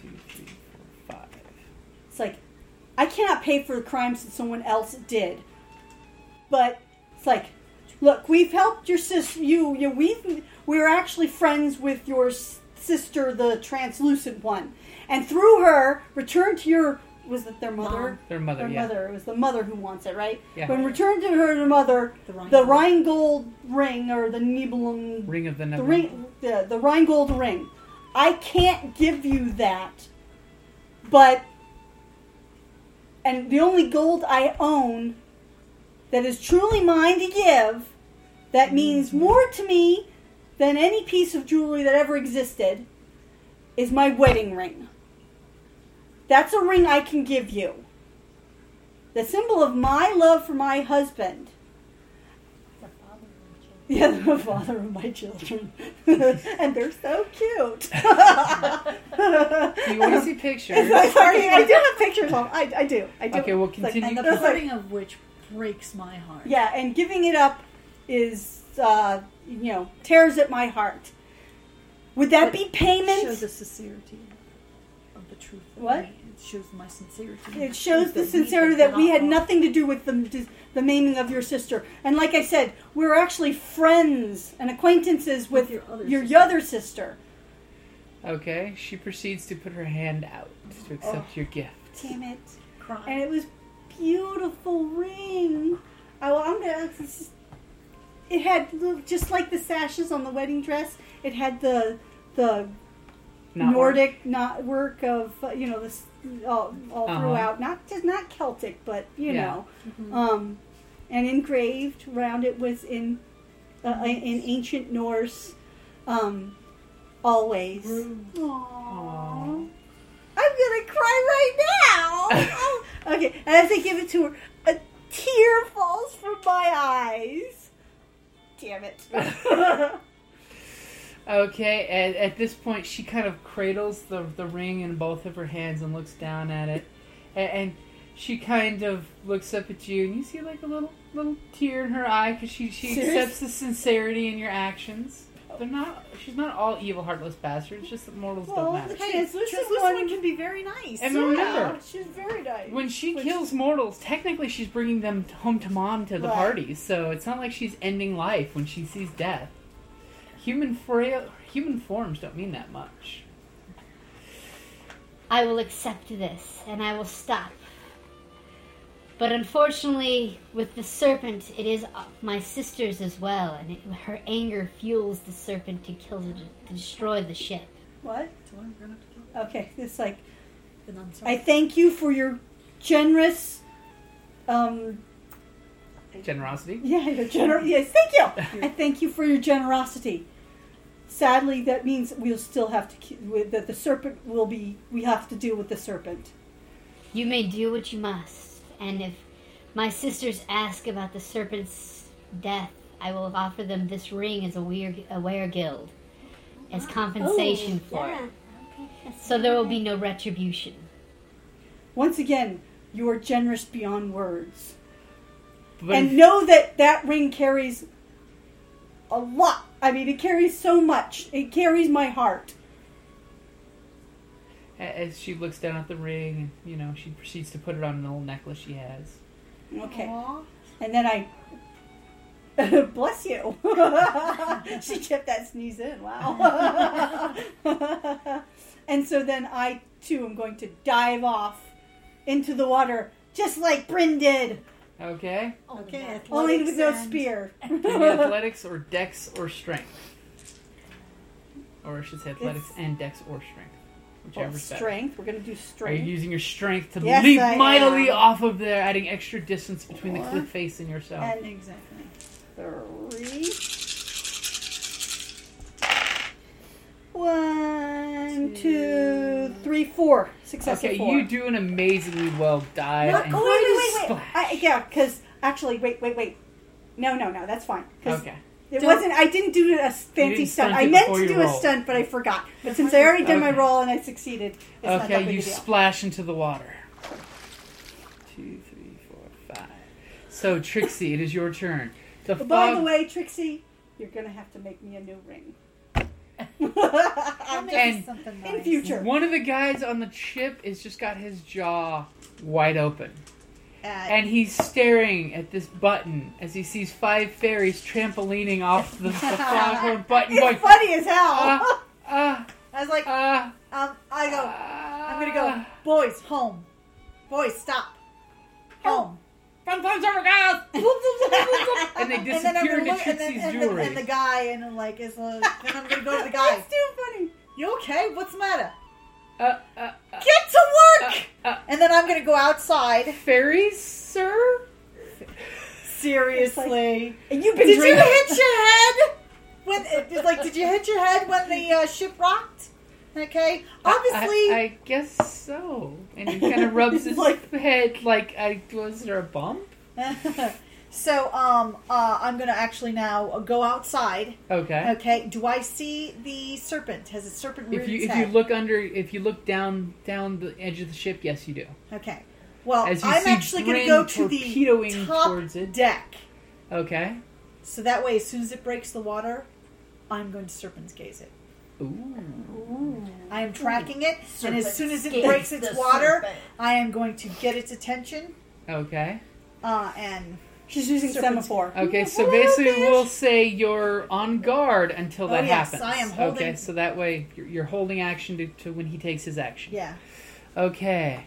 Speaker 5: two, three, four, five.
Speaker 3: It's like, I cannot pay for the crimes that someone else did. But it's like, look, we've helped your sister. You, you, we've we're actually friends with your s- sister, the translucent one, and through her, return to your was it their mother?
Speaker 5: Their mother,
Speaker 3: Their
Speaker 5: yeah.
Speaker 3: mother. It was the mother who wants it, right?
Speaker 5: Yeah.
Speaker 3: When returned to her, the mother,
Speaker 8: The Rhine
Speaker 3: the
Speaker 8: gold.
Speaker 3: Rheingold ring or the Nibelung
Speaker 5: Ring of the
Speaker 3: the
Speaker 5: Never.
Speaker 3: ring, the, the Rheingold ring. I can't give you that, but and the only gold I own that is truly mine to give that means more to me than any piece of jewelry that ever existed is my wedding ring. That's a ring I can give you. The symbol of my love for my husband.
Speaker 4: The father and children.
Speaker 3: Yeah, the father of my children. and they're so cute.
Speaker 5: Do you want to see pictures?
Speaker 3: It's like, sorry, I do have pictures on. I, I do. I do.
Speaker 5: Okay, we'll
Speaker 3: It's like-
Speaker 5: continue.
Speaker 8: And the
Speaker 3: That's like-
Speaker 8: parting of which breaks my heart.
Speaker 3: yeah, and giving it up is, uh, you know, tears at my heart. Would that
Speaker 8: But
Speaker 3: be
Speaker 8: Show
Speaker 3: payment?
Speaker 8: the sincerity of the truth. of
Speaker 3: What?
Speaker 8: me. It shows my sincerity.
Speaker 3: It shows
Speaker 8: That
Speaker 3: the
Speaker 8: we
Speaker 3: sincerity
Speaker 8: have
Speaker 3: that we
Speaker 8: not
Speaker 3: had
Speaker 8: lost.
Speaker 3: nothing to do with the, the maiming of your sister. And like I said, we're actually friends and acquaintances
Speaker 8: With
Speaker 3: with,
Speaker 8: your other
Speaker 3: your
Speaker 8: sister.
Speaker 3: other sister.
Speaker 5: Okay, she proceeds to put her hand out to
Speaker 3: Oh.
Speaker 5: accept your gift.
Speaker 3: Damn it.
Speaker 8: Cry.
Speaker 3: and it was beautiful ring. I, well, I'm gonna. this is- It had little- just like the sashes on the wedding dress. It had the the
Speaker 5: Not
Speaker 3: Nordic knot work of uh, you know this all, all
Speaker 5: Uh-huh.
Speaker 3: throughout. Not just not Celtic, but you
Speaker 5: Yeah.
Speaker 3: know,
Speaker 7: Mm-hmm.
Speaker 3: um, and engraved around it was in uh, in ancient Norse. Um, always. Aww.
Speaker 5: Aw.
Speaker 3: I'm gonna cry right now. Oh, okay, and as I give it to her, a tear falls from my eyes.
Speaker 4: damn it.
Speaker 5: Okay, and at this point, she kind of cradles the, the ring in both of her hands and looks down at it. And, and she kind of looks up at you, and you see like a little little tear in her eye because she, she
Speaker 3: Serious?
Speaker 5: accepts the sincerity in your actions. They're not. She's not all evil, heartless bastards. Just that mortals
Speaker 3: Well,
Speaker 5: don't matter.
Speaker 3: hey, it's
Speaker 7: Translucent
Speaker 3: just
Speaker 7: one,
Speaker 3: one-
Speaker 7: can be very nice.
Speaker 5: And remember,
Speaker 3: she's very nice.
Speaker 5: when she kills mortals, technically she's bringing them t- home to mom to the
Speaker 3: Right.
Speaker 5: party. So it's not like she's ending life when she sees death. Human frail, human forms don't mean that much.
Speaker 9: I will accept this and I will stop. But unfortunately, with the serpent, it is uh, my sister's as well, and it, her anger fuels the serpent to kill, to destroy the ship.
Speaker 3: What?
Speaker 8: So I'm gonna have to kill it.
Speaker 3: Okay, it's like
Speaker 8: Then I'm sorry.
Speaker 3: I thank you for your generous. Um.
Speaker 5: Generosity.
Speaker 3: Yeah, your gener. Yes, thank you. I thank you for your generosity. Sadly, that means we'll still have to ki- with- that the serpent will be. We have to deal with the serpent.
Speaker 9: You may do what you must, and if my sisters ask about the serpent's death, I will offer them this ring as a weir a wear guild, as compensation for it. So there will be no retribution.
Speaker 3: Once again, you are generous beyond words,
Speaker 5: But
Speaker 3: and
Speaker 5: if-
Speaker 3: know that that ring carries a lot. I mean, it carries so much. It carries my heart.
Speaker 5: A- As she looks down at the ring, and you know, she proceeds to put it on an old necklace she has.
Speaker 3: Okay. And then I. Bless you. she kept that sneeze in. Wow. and so then I too am going to dive off into the water just like Bryn did,
Speaker 5: Okay?
Speaker 8: Okay, athletics
Speaker 3: only with no
Speaker 8: and-
Speaker 3: spear.
Speaker 5: Do you athletics or dex or strength? Or I should say athletics
Speaker 3: It's-
Speaker 5: and dex or strength.
Speaker 3: Well,
Speaker 5: Whichever's better.
Speaker 3: strength. We're going to do
Speaker 5: Are you
Speaker 3: strength.
Speaker 5: using your strength to
Speaker 3: Yes,
Speaker 5: leap
Speaker 3: I am.
Speaker 5: mightily off of there, adding extra distance between the
Speaker 3: Four.
Speaker 5: cliff face and yourself?
Speaker 3: and
Speaker 8: Exactly.
Speaker 3: three. One, two, three, four. Success
Speaker 5: okay,
Speaker 3: of four.
Speaker 5: you do an amazingly well dive.
Speaker 3: Not-
Speaker 5: and
Speaker 3: oh, wait, wait, wait, wait.
Speaker 5: splash.
Speaker 3: I, yeah, because actually, wait, wait, wait. No, no, no, that's fine. 'cause
Speaker 5: Okay.
Speaker 3: It
Speaker 8: Don't-
Speaker 3: wasn't. I didn't do a fancy
Speaker 5: didn't
Speaker 3: stunt.
Speaker 5: stunt
Speaker 3: I
Speaker 5: it
Speaker 3: meant
Speaker 5: before
Speaker 3: to
Speaker 5: you
Speaker 3: do a
Speaker 5: rolled.
Speaker 3: stunt, but I forgot. But since I already did my
Speaker 5: Okay.
Speaker 3: roll and I succeeded, it's not that
Speaker 5: okay,
Speaker 3: big
Speaker 5: you
Speaker 3: a deal.
Speaker 5: splash into the water. Two, three, four, five. So Trixie, it is your turn. The
Speaker 3: But by
Speaker 5: fog-
Speaker 3: the way, Trixie, you're gonna have to make me a new ring. I'm just-
Speaker 5: and
Speaker 8: something
Speaker 3: in future,
Speaker 5: one of the guys on the ship has just got his jaw wide open,
Speaker 8: At
Speaker 5: and he's staring at this button as he sees five fairies trampolining off the, the foghorn button.
Speaker 3: it's
Speaker 5: Going,
Speaker 3: funny as hell.
Speaker 5: Ah. ah,
Speaker 7: I was like,
Speaker 5: ah,
Speaker 7: um, I go,
Speaker 5: I'm
Speaker 7: I'm gonna go,
Speaker 5: uh,
Speaker 7: boys, home. Boys, stop. Home.
Speaker 5: Fun times over, guys! And they
Speaker 7: and then I'm
Speaker 5: disappear into
Speaker 7: gonna look, and then
Speaker 5: Trixie's
Speaker 7: and the,
Speaker 5: jewelry.
Speaker 7: and the guy, and I'm like, is like, then I'm gonna go to the guy.
Speaker 3: it's too funny.
Speaker 7: You okay? What's the matter?
Speaker 5: Uh, uh, uh,
Speaker 7: Get to work.
Speaker 5: uh, uh,
Speaker 7: and then I'm gonna go outside.
Speaker 5: fairies, sir?
Speaker 7: Seriously.
Speaker 3: And you've been
Speaker 7: Did you
Speaker 3: drinking.
Speaker 7: hit your head? When it's like, did you hit your head when the uh, ship rocked? Okay. Obviously,
Speaker 5: I, I guess so. And he kind of rubs his
Speaker 7: Like-
Speaker 5: head like, I, was there a bump?
Speaker 7: so um, uh, I'm gonna actually now go outside.
Speaker 5: Okay.
Speaker 7: Okay. Do I see the serpent? Has a serpent reared
Speaker 5: If you
Speaker 7: its
Speaker 5: if you
Speaker 7: head?
Speaker 5: look under if you look down down the edge of the ship, yes, you do.
Speaker 7: okay. Well,
Speaker 5: As you
Speaker 7: I'm
Speaker 5: see
Speaker 7: actually gonna
Speaker 5: Brynn
Speaker 7: go to the
Speaker 5: torpedoing
Speaker 7: top
Speaker 5: towards it.
Speaker 7: deck.
Speaker 5: Okay.
Speaker 7: So that way, as soon as it breaks the water, I'm going to serpent's gaze it.
Speaker 5: Ooh.
Speaker 7: I am tracking it, and as soon as it
Speaker 4: Gaze
Speaker 7: breaks its
Speaker 4: the
Speaker 7: water,
Speaker 4: serpent.
Speaker 7: I am going to get its attention.
Speaker 5: Okay.
Speaker 7: Uh, and
Speaker 3: She's using
Speaker 7: Serpent's-
Speaker 3: semaphore.
Speaker 5: Okay. So
Speaker 7: Hello,
Speaker 5: basically,
Speaker 7: bitch.
Speaker 5: we'll say you're on guard until
Speaker 7: Oh,
Speaker 5: that
Speaker 7: yes,
Speaker 5: happens.
Speaker 7: I am holding-
Speaker 5: Okay. So that way you're, you're holding action to, to when he takes his action.
Speaker 7: yeah,
Speaker 5: Okay.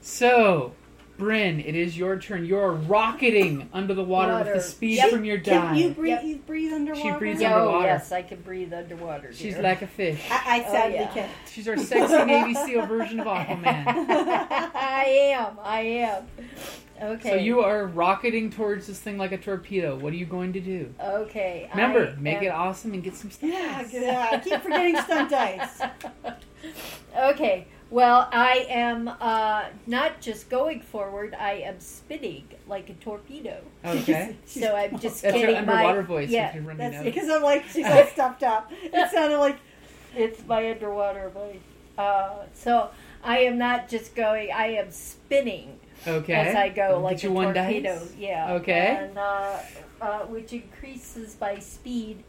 Speaker 5: So, Bryn, it is your turn. You're rocketing under the water, with
Speaker 4: Water.
Speaker 5: the speed
Speaker 4: Yep.
Speaker 5: from your
Speaker 3: Can
Speaker 5: dive.
Speaker 3: you breathe?
Speaker 4: Yep.
Speaker 3: You breathe underwater.
Speaker 5: breathes
Speaker 4: Yeah, oh,
Speaker 5: underwater.
Speaker 4: yes, I can breathe underwater.
Speaker 5: She's
Speaker 4: dear.
Speaker 5: like a fish.
Speaker 7: Ah.
Speaker 3: I, I
Speaker 4: Oh,
Speaker 3: sadly
Speaker 4: yeah.
Speaker 3: can't.
Speaker 5: She's our sexy Navy SEAL version of Aquaman.
Speaker 4: I am. I am. Okay.
Speaker 5: So you are rocketing towards this thing like a torpedo. What are you going to do?
Speaker 4: Okay.
Speaker 5: Remember,
Speaker 4: I
Speaker 5: make
Speaker 4: am-
Speaker 5: it awesome and get some stuff.
Speaker 3: Yeah, yeah. I keep forgetting stunt dice.
Speaker 4: okay. Well, I am uh, not just going forward. I am spinning like a torpedo.
Speaker 5: Okay.
Speaker 4: So I'm just
Speaker 5: That's her
Speaker 4: getting
Speaker 5: underwater
Speaker 4: my
Speaker 5: voice.
Speaker 4: Yeah,
Speaker 5: if you're running
Speaker 3: That's
Speaker 5: out.
Speaker 3: because I'm like she's all stuffed up. It sounded like
Speaker 4: it's my underwater voice. Uh, so I am not just going. I am spinning
Speaker 5: okay.
Speaker 4: as I go
Speaker 5: Get
Speaker 4: like
Speaker 5: your
Speaker 4: a
Speaker 5: one dice.
Speaker 4: torpedo. Yeah.
Speaker 5: Okay.
Speaker 4: And uh, uh, which increases my speed.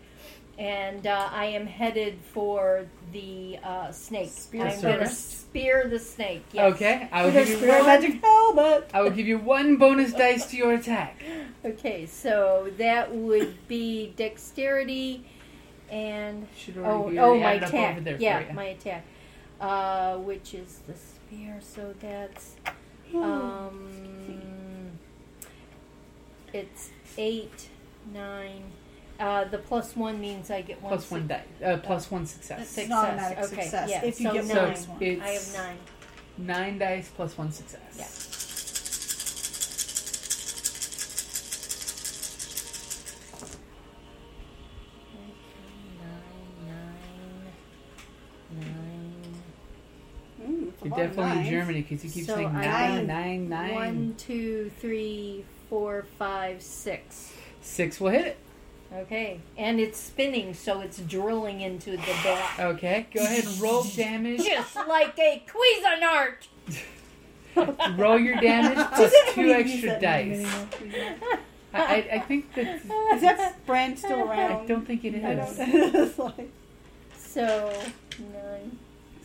Speaker 4: And uh, I am headed for the uh, snake.
Speaker 7: Spear
Speaker 4: I'm going to
Speaker 5: Cerberus?
Speaker 4: spear the snake. Yes.
Speaker 5: Okay. I will
Speaker 3: with
Speaker 5: give
Speaker 3: her
Speaker 5: Oh, you
Speaker 3: spirit
Speaker 5: one.
Speaker 3: magic helmet.
Speaker 5: I will give you one bonus dice to your attack.
Speaker 4: Okay, so that would be dexterity and
Speaker 5: Should
Speaker 4: oh,
Speaker 5: already be
Speaker 4: oh
Speaker 5: already
Speaker 4: my
Speaker 5: added up
Speaker 4: attack.
Speaker 5: over there
Speaker 4: yeah,
Speaker 5: for you.
Speaker 4: my attack. Uh, which is the spear, so that's
Speaker 7: Hmm.
Speaker 4: um it's eight, nine. Uh, the plus one means I get one
Speaker 5: Plus one die. Uh, plus one
Speaker 4: success.
Speaker 5: success.
Speaker 7: It's not automatic
Speaker 4: Okay,
Speaker 7: success
Speaker 4: yeah,
Speaker 7: if you
Speaker 4: so
Speaker 7: get
Speaker 5: So
Speaker 4: nine.
Speaker 7: minus one.
Speaker 5: it's
Speaker 4: I have nine.
Speaker 5: Nine dice plus one success.
Speaker 4: Yeah. Nine, nine, nine.
Speaker 3: Mm, it's a
Speaker 5: You're
Speaker 3: lot of
Speaker 5: definitely
Speaker 3: nines.
Speaker 5: in Germany because you keep
Speaker 4: So
Speaker 5: saying
Speaker 4: I-
Speaker 5: nine, nine, nine.
Speaker 4: One, two, three, four, five, six.
Speaker 5: Six will hit it.
Speaker 4: Okay, and it's spinning, so it's drilling into the bat,
Speaker 5: Okay. Go ahead and roll damage.
Speaker 4: just like a Cuisinart.
Speaker 5: Roll your damage plus two
Speaker 3: Everybody uses
Speaker 5: extra
Speaker 3: that name
Speaker 5: dice.
Speaker 3: anymore.
Speaker 5: I, I, I think that.
Speaker 3: Is that brand still around?
Speaker 5: I don't think it
Speaker 3: I
Speaker 5: is.
Speaker 3: don't- it's like-
Speaker 4: So nine.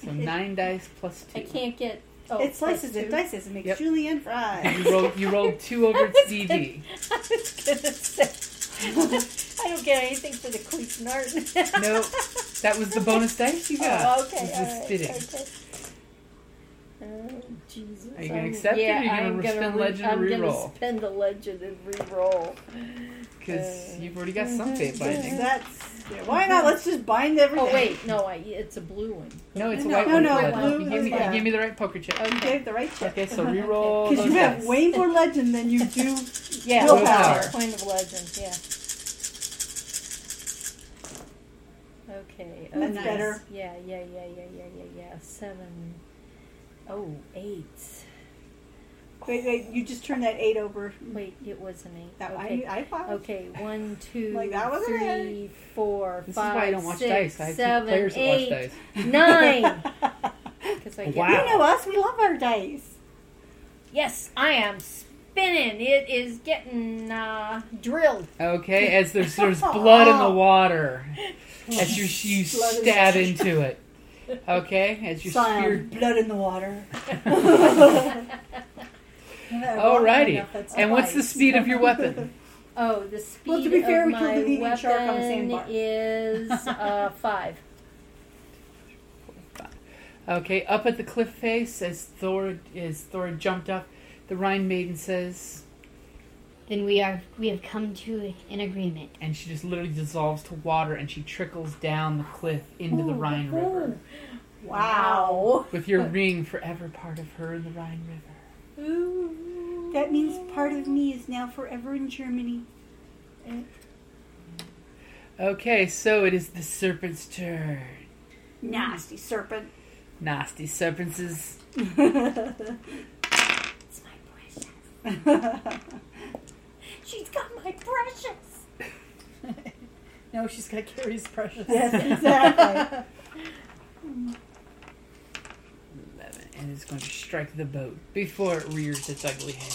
Speaker 5: So nine dice plus two.
Speaker 4: I cancan't get. Oh,
Speaker 3: it slices
Speaker 4: plus two.
Speaker 3: it, dices, and makes
Speaker 5: Yep.
Speaker 3: julienne fries.
Speaker 5: You rolled. You rolled two over its DD.
Speaker 4: I was gonna say. I don't get anything for the Cuisinart.
Speaker 5: Nope. That was the bonus dice you got.
Speaker 4: Oh, okay.
Speaker 5: It was the
Speaker 4: all right,
Speaker 5: spitting.
Speaker 4: okay. Oh, Jesus.
Speaker 5: Are you gonna
Speaker 4: I'm-
Speaker 5: accept it or
Speaker 4: yeah,
Speaker 5: are you gonna
Speaker 4: I'm gonna
Speaker 5: spend
Speaker 4: re-
Speaker 5: legend and
Speaker 4: I'm
Speaker 5: re-roll?
Speaker 4: gonna spend the legend and re-roll.
Speaker 5: Because
Speaker 4: Uh,
Speaker 5: you've already got some fate binding.
Speaker 3: That's yeah, why not? Let's just bind everything.
Speaker 4: Oh wait, no, I, it's a blue one.
Speaker 5: No, it's a
Speaker 3: No,
Speaker 5: white
Speaker 3: no,
Speaker 5: one.
Speaker 3: no,
Speaker 5: Glenn.
Speaker 3: blue
Speaker 5: you, gave
Speaker 3: is
Speaker 5: me, you
Speaker 3: bad.
Speaker 5: gave me the right poker chip.
Speaker 3: You
Speaker 4: Okay.
Speaker 3: gave the right chip.
Speaker 5: Okay, so re-roll.
Speaker 3: Because you
Speaker 5: those
Speaker 3: have
Speaker 5: dice.
Speaker 3: way more legend than you do.
Speaker 4: Yeah,
Speaker 3: Willpower.
Speaker 4: that's a point of legend. Yeah. Okay.
Speaker 3: That's
Speaker 4: okay.
Speaker 3: better.
Speaker 4: Yeah, yeah, yeah, yeah, yeah, yeah, yeah. Seven. Oh, eight.
Speaker 3: Wait, wait, you just turned that eight over.
Speaker 4: Wait, it was an eight.
Speaker 3: That
Speaker 4: okay.
Speaker 3: I, I thought.
Speaker 4: Okay, one, two,
Speaker 3: Like, that wasn't
Speaker 4: three, four,
Speaker 5: This is why I
Speaker 4: five,
Speaker 5: don't watch
Speaker 4: six,
Speaker 5: dice. I have
Speaker 4: seven,
Speaker 5: players that watch
Speaker 4: eight,
Speaker 5: dice.
Speaker 4: nine. Because I get-
Speaker 5: Wow.
Speaker 3: You know us. We love our dice.
Speaker 4: Yes, I am spinning. It is getting uh, drilled.
Speaker 5: Okay, as there's there's blood in the water, as you you
Speaker 3: Oh. Blood in the
Speaker 5: stab into it. Okay, as you spear.
Speaker 3: Scion, blood in the water.
Speaker 5: Alrighty. And what's the speed of your weapon?
Speaker 4: Oh, the speed
Speaker 3: Well, to be fair,
Speaker 4: of
Speaker 3: we killed
Speaker 4: my
Speaker 3: the leading
Speaker 4: weapon
Speaker 3: shark on the sandbar.
Speaker 4: is uh, five.
Speaker 5: Okay, up at the cliff face, as Thor as Thor jumped up, the Rhine maiden says,
Speaker 9: Then we are we have come to an agreement.
Speaker 5: and she just literally dissolves to water, and she trickles down the cliff into the Rhine River
Speaker 3: Wow.
Speaker 5: with your ring forever part of her in the Rhine River.
Speaker 4: Oh,
Speaker 3: That means part of me is now forever in Germany.
Speaker 5: Okay, so it is the serpent's turn.
Speaker 3: Nasty serpent.
Speaker 5: Nasty serpents is
Speaker 4: It's my precious. She's got my precious.
Speaker 8: No, she's got Carrie's precious.
Speaker 3: yes, exactly.
Speaker 5: eleven, and it's going to strike the boat before it rears its ugly head.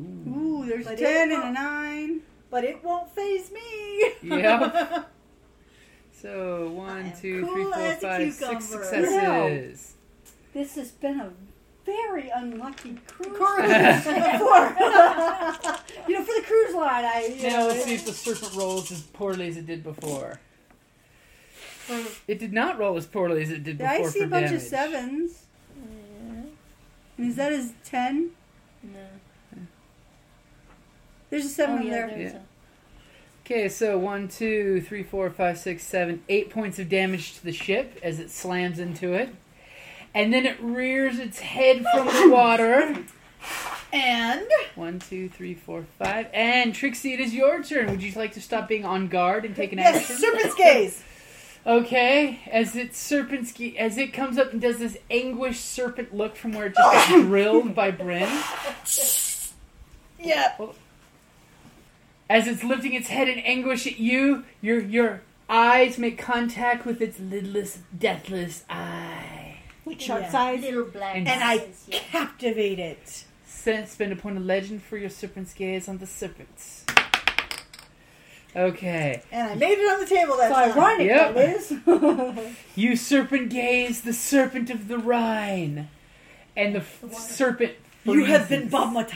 Speaker 3: Ooh, there's
Speaker 7: But
Speaker 3: ten
Speaker 7: it-
Speaker 3: and a nine.
Speaker 7: But it won't phase me.
Speaker 5: Yep. So one,
Speaker 7: am
Speaker 5: two, three,
Speaker 7: cool
Speaker 5: four,
Speaker 7: as a
Speaker 5: five, six
Speaker 7: cucumber.
Speaker 5: successes.
Speaker 3: This has been a very unlucky cruise.
Speaker 7: Cruise.
Speaker 3: Before. you know, for the cruise line, I you
Speaker 5: Now
Speaker 3: know.
Speaker 5: let's see if the serpent rolls as poorly as it did before.
Speaker 3: for-
Speaker 5: It did not roll as poorly as it did before.
Speaker 3: I see
Speaker 5: for
Speaker 3: a bunch
Speaker 5: damage.
Speaker 3: of sevens. And is that his ten?
Speaker 4: No.
Speaker 3: There's a seven
Speaker 4: Oh,
Speaker 3: in
Speaker 4: yeah,
Speaker 3: there.
Speaker 4: there's
Speaker 5: Yeah. Okay, so one, two, three, four, five, six, seven, eight points of damage to the ship as it slams into it. And then it rears its head from the water.
Speaker 7: And
Speaker 5: One, two, three, four, five. And Trixie, it is your turn. Would you like to stop being on guard and take an
Speaker 7: yes,
Speaker 5: action?
Speaker 7: serpent's gaze.
Speaker 5: Okay, as it serpent ski, as it comes up and does this anguished serpent look from where it just got drilled by Bryn.
Speaker 7: Yeah.
Speaker 5: As it's lifting its head in anguish at you, your your eyes make contact with its lidless, deathless eye.
Speaker 7: Like shark
Speaker 3: Yeah.
Speaker 7: eyes.
Speaker 10: Little black
Speaker 5: And
Speaker 3: And I
Speaker 10: eyes, yeah.
Speaker 3: captivate it.
Speaker 5: Sen- Spend a point of legend for your serpent's gaze on the serpents. Okay.
Speaker 3: And I made it on the table that
Speaker 7: So
Speaker 3: time.
Speaker 7: ironic
Speaker 5: Yep.
Speaker 7: that is.
Speaker 5: You serpent gaze, the serpent of the Rhine. And the, f- serpent.
Speaker 3: You have been
Speaker 5: freezes.
Speaker 3: bombatized.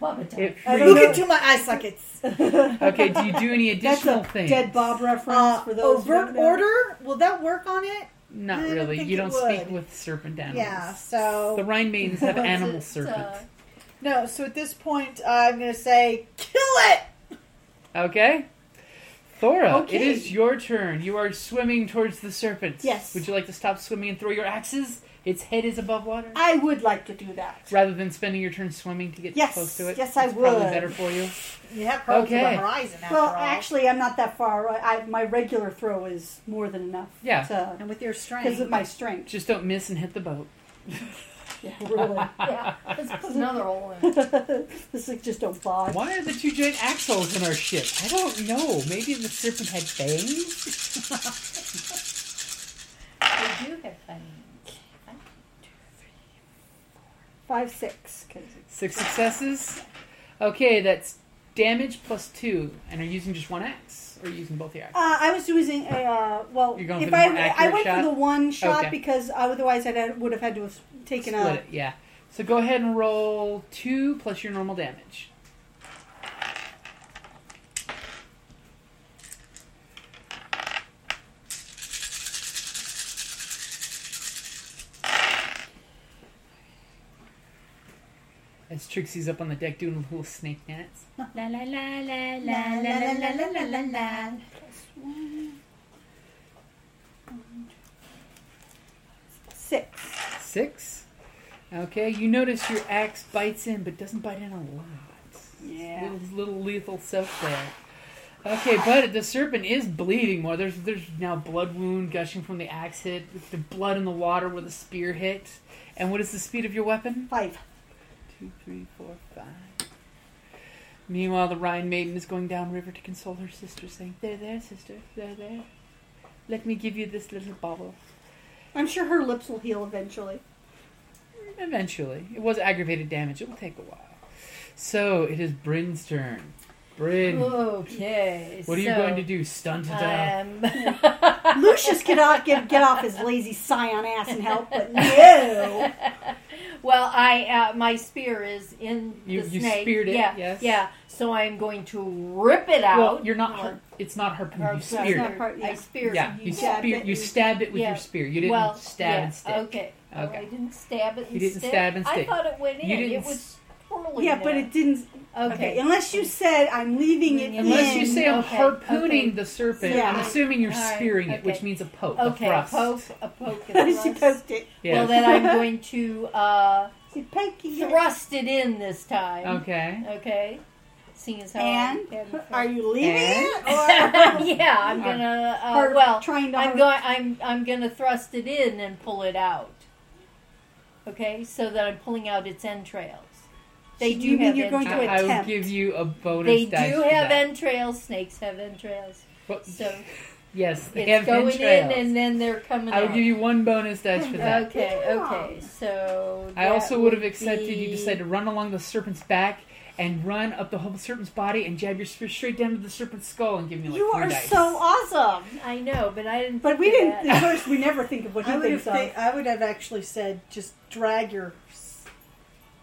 Speaker 4: Bubba time.
Speaker 5: It
Speaker 7: I don't
Speaker 3: Look
Speaker 7: know.
Speaker 3: into my eye sockets.
Speaker 5: Okay, do you do any
Speaker 7: That's
Speaker 5: additional
Speaker 7: a
Speaker 5: things?
Speaker 7: dead Bob reference
Speaker 3: Uh,
Speaker 7: for those. who don't
Speaker 3: overt
Speaker 7: know.
Speaker 3: order? Will that work on it?
Speaker 5: Not
Speaker 3: I don't
Speaker 5: really.
Speaker 3: think
Speaker 5: you
Speaker 3: it
Speaker 5: don't speak
Speaker 3: would.
Speaker 5: with serpent animals.
Speaker 3: Yeah, so-
Speaker 5: The Rhine maidens have animal
Speaker 4: It's, uh,
Speaker 5: serpents.
Speaker 3: No, so at this point, I'm going to say, kill it!
Speaker 5: Okay? Thora, it
Speaker 7: Okay.
Speaker 5: is your turn. You are swimming towards the serpent.
Speaker 7: Yes.
Speaker 5: Would you like to stop swimming and throw your axes? Its head is above water.
Speaker 7: I would like to do that.
Speaker 5: Rather than spending your turn swimming to get
Speaker 7: Yes,
Speaker 5: close to it.
Speaker 7: yes, I
Speaker 5: it's Probably
Speaker 7: would.
Speaker 5: better for you.
Speaker 3: You have her to the
Speaker 5: Okay.
Speaker 3: horizon, after
Speaker 7: Well,
Speaker 3: all.
Speaker 7: actually, I'm not that far. I, I- my regular throw is more than enough.
Speaker 5: Yeah.
Speaker 7: To,
Speaker 3: and with your
Speaker 7: because
Speaker 3: strength.
Speaker 7: of my strength.
Speaker 5: Just don't miss and hit the boat.
Speaker 7: Yeah, really.
Speaker 4: yeah, let's put another hole in.
Speaker 7: this is just a bod.
Speaker 5: Why are the two giant axe holes in our ship? I don't know. Maybe the serpent had fangs?
Speaker 4: We do have funny.
Speaker 7: Five, six. 'cause
Speaker 5: Six successes. Okay, that's damage plus two. And are you using just one axe? Or are you using both your axes?
Speaker 7: Uh, I was using a uh, well.
Speaker 5: You're going
Speaker 7: if
Speaker 5: for the
Speaker 7: I
Speaker 5: more
Speaker 7: I
Speaker 5: accurate
Speaker 7: went
Speaker 5: shot?
Speaker 7: for the one shot
Speaker 5: Okay.
Speaker 7: because otherwise I would have had to have taken
Speaker 5: Split
Speaker 7: a
Speaker 5: it, yeah. So go ahead and roll two plus your normal damage. As Trixie's up on the deck doing little snake dance.
Speaker 10: La la la la la la la la la la la.
Speaker 7: six.
Speaker 5: Six. Okay, you notice your axe bites in, but doesn't bite in a lot.
Speaker 7: Yeah.
Speaker 5: Little, little lethal stuff there. Okay, but the serpent is bleeding more. There's there's now blood wound gushing from the axe hit, with the blood in the water where the spear hit. And what is the speed of your weapon?
Speaker 7: Five.
Speaker 5: Two, three, four, five. Meanwhile, the Rhine maiden is going downriver to console her sister, saying, "There, there, sister, there, there. Let me give you this little bauble."
Speaker 7: I'm sure her lips will heal eventually.
Speaker 5: Eventually, it was aggravated damage. It will take a while. So it is Bryn's turn. Bryn,
Speaker 4: Okay.
Speaker 5: what are you
Speaker 4: so,
Speaker 5: going to do? Stunt to death?
Speaker 4: Um,
Speaker 7: Lucius cannot get get off his lazy scion ass and help, but no.
Speaker 4: well, I uh, my spear is in
Speaker 5: You-
Speaker 4: the
Speaker 5: you
Speaker 4: snake.
Speaker 5: speared it,
Speaker 4: Yeah,
Speaker 5: yes.
Speaker 4: yeah. So I'm going to rip it out.
Speaker 5: Well, you're not. Har-
Speaker 4: Or-
Speaker 5: it's not harpoon.
Speaker 4: or-
Speaker 5: You
Speaker 4: sorry,
Speaker 5: speared
Speaker 7: not
Speaker 5: it.
Speaker 4: spear.
Speaker 7: part-
Speaker 4: I
Speaker 7: yeah.
Speaker 4: speared.
Speaker 5: Yeah, you
Speaker 7: You stabbed
Speaker 5: speared.
Speaker 7: it,
Speaker 5: You
Speaker 7: you-
Speaker 5: stabbed it with
Speaker 4: yeah.
Speaker 5: your spear. You didn't
Speaker 4: well,
Speaker 5: stab
Speaker 4: yeah,
Speaker 5: and stick.
Speaker 4: Okay. Oh,
Speaker 5: Okay.
Speaker 4: I didn't stab it. And
Speaker 5: You didn't
Speaker 4: stick.
Speaker 5: stab and
Speaker 4: I
Speaker 5: stick.
Speaker 4: thought it went in.
Speaker 5: You didn't
Speaker 4: It was twirling.
Speaker 7: Yeah, but
Speaker 4: there.
Speaker 7: it didn't.
Speaker 4: Okay.
Speaker 7: Okay, unless you said I'm leaving it.
Speaker 5: Unless you
Speaker 7: in,"
Speaker 5: say I'm
Speaker 4: Okay,
Speaker 5: harpooning
Speaker 4: okay.
Speaker 5: the serpent,
Speaker 7: Yeah.
Speaker 5: I'm assuming you're
Speaker 4: All right,
Speaker 5: spearing it, which
Speaker 4: okay.
Speaker 5: means a poke,
Speaker 4: Okay,
Speaker 5: a thrust.
Speaker 4: poke, a poke, a
Speaker 7: she
Speaker 4: thrust.
Speaker 7: poked it.
Speaker 5: Yeah.
Speaker 4: Well, then I'm going to uh,
Speaker 7: She poked it.
Speaker 4: thrust it in this time.
Speaker 5: okay.
Speaker 4: Okay. Seeing as how
Speaker 7: And
Speaker 4: I hadn't-
Speaker 7: are you leaving
Speaker 10: Eh.
Speaker 5: And?
Speaker 7: it or
Speaker 4: yeah, I'm
Speaker 5: Or-
Speaker 4: gonna. Uh,
Speaker 7: or
Speaker 4: well,
Speaker 7: trying to?
Speaker 4: I'm
Speaker 7: har-
Speaker 4: going. I'm I'm gonna thrust it in and pull it out. Okay, so that I'm pulling out its entrails. They
Speaker 7: So
Speaker 4: do
Speaker 7: you mean
Speaker 4: have
Speaker 7: you're going to
Speaker 5: I,
Speaker 4: entrails.
Speaker 5: I will
Speaker 7: attempt.
Speaker 5: give you a bonus
Speaker 4: They do
Speaker 5: dice. for
Speaker 4: have
Speaker 5: that.
Speaker 4: entrails. Snakes have entrails.
Speaker 5: What-
Speaker 4: So
Speaker 5: yes, they have
Speaker 4: it's going
Speaker 5: entrails.
Speaker 4: in and then they're coming
Speaker 5: I will
Speaker 4: out.
Speaker 5: give you one bonus dice for that.
Speaker 4: Okay, okay. So
Speaker 5: I
Speaker 4: that
Speaker 5: also would have accepted
Speaker 4: be-
Speaker 5: you decide to run along the serpent's back and run up the whole serpent's body and jab your spear straight down to the serpent's skull and give me like
Speaker 7: You
Speaker 5: three
Speaker 7: are
Speaker 5: dice.
Speaker 7: so awesome.
Speaker 4: I know, but I didn't.
Speaker 7: But we
Speaker 4: think of
Speaker 7: didn't.
Speaker 4: that.
Speaker 7: At first, we never think of what he
Speaker 3: I would, have
Speaker 7: thinks of.
Speaker 3: thi- I would have actually said, just drag your. s-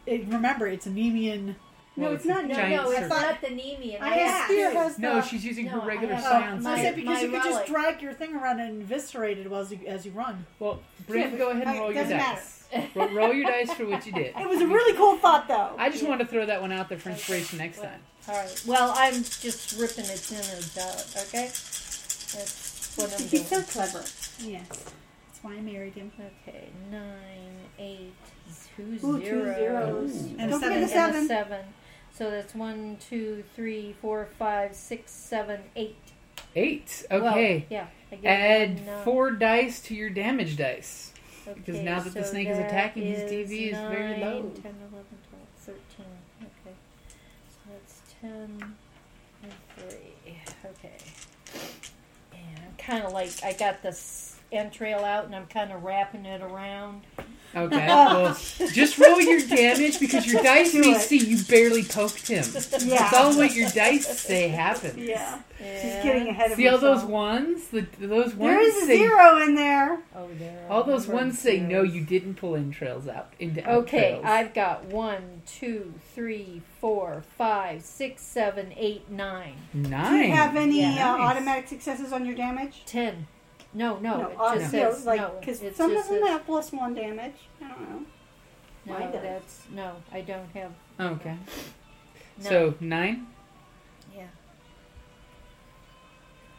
Speaker 3: It, remember, it's a Nemean.
Speaker 7: No, it's not.
Speaker 4: No,
Speaker 5: giant
Speaker 4: no, it's
Speaker 5: serpent.
Speaker 4: not the Nemean.
Speaker 3: I
Speaker 4: have
Speaker 3: asked you.
Speaker 4: two.
Speaker 5: No, she's using
Speaker 4: No,
Speaker 5: her
Speaker 4: I
Speaker 5: regular
Speaker 4: have-
Speaker 5: scion.
Speaker 3: I
Speaker 4: my-
Speaker 5: sword.
Speaker 3: said because you
Speaker 4: my
Speaker 3: could just
Speaker 4: relic.
Speaker 3: drag your thing around and eviscerate it as you, as you run.
Speaker 5: Well, Bryn, go ahead and
Speaker 7: I-
Speaker 5: roll your
Speaker 7: doesn't matter.
Speaker 5: dice. Ro- roll your dice for what you did.
Speaker 7: It was a really cool thought, though.
Speaker 5: I just wanted to throw that one out there for inspiration next time.
Speaker 4: All right. Well, I'm just ripping its innards out. Okay. That's what I'm doing.
Speaker 7: He's so clever.
Speaker 11: Yes. That's why I married him.
Speaker 4: Okay. Nine, eight, two,
Speaker 7: Ooh, two
Speaker 4: zeros.
Speaker 7: zeros.
Speaker 5: Ooh.
Speaker 3: And
Speaker 7: Don't
Speaker 3: seven.
Speaker 4: And
Speaker 7: forget the seven.
Speaker 4: a seven. So that's one, two, three, four, five, six, seven, eight.
Speaker 5: Eight.
Speaker 4: Well,
Speaker 5: Okay.
Speaker 4: yeah. I get
Speaker 5: Add
Speaker 4: nine.
Speaker 5: four dice to your damage dice. because
Speaker 4: Okay,
Speaker 5: now that the
Speaker 4: so
Speaker 5: snake is attacking, his
Speaker 4: that
Speaker 5: DV is very low.
Speaker 4: 9, 10, 11, 12, 13. Okay. So that's 10 and 3. Okay. And I'm kind of like, I got this entrail out and I'm kind of wrapping it around.
Speaker 5: Okay. well, just roll your damage because your dice
Speaker 7: Uh, Do
Speaker 5: may
Speaker 7: it.
Speaker 5: see you barely poked him. That's
Speaker 7: Yeah.
Speaker 5: all what your dice say happens.
Speaker 7: Yeah. She's
Speaker 4: And-
Speaker 7: getting ahead of
Speaker 5: See all those
Speaker 7: herself.
Speaker 5: ones? The, those ones
Speaker 7: There is a
Speaker 5: say,
Speaker 7: zero in there.
Speaker 4: Oh, there
Speaker 5: All
Speaker 4: are
Speaker 5: those
Speaker 4: numbered
Speaker 5: ones say no.
Speaker 4: zeros.
Speaker 5: You didn't pull entrails out into
Speaker 4: Okay,
Speaker 5: entrails.
Speaker 4: I've got one, two, three, four, five, six, seven, eight, nine,
Speaker 5: nine.
Speaker 7: Do you have any
Speaker 4: Yeah,
Speaker 7: uh,
Speaker 5: nice.
Speaker 7: automatic successes on your damage?
Speaker 4: ten. No, no, it
Speaker 7: uh,
Speaker 4: just
Speaker 7: no,
Speaker 4: says no.
Speaker 7: like because
Speaker 4: it
Speaker 7: some
Speaker 4: just
Speaker 7: of them
Speaker 4: says-
Speaker 7: have plus one damage. I don't know.
Speaker 4: No,
Speaker 7: Mine does.
Speaker 4: that's no. I don't have.
Speaker 5: Okay.
Speaker 4: No.
Speaker 5: So nine.
Speaker 4: Yeah.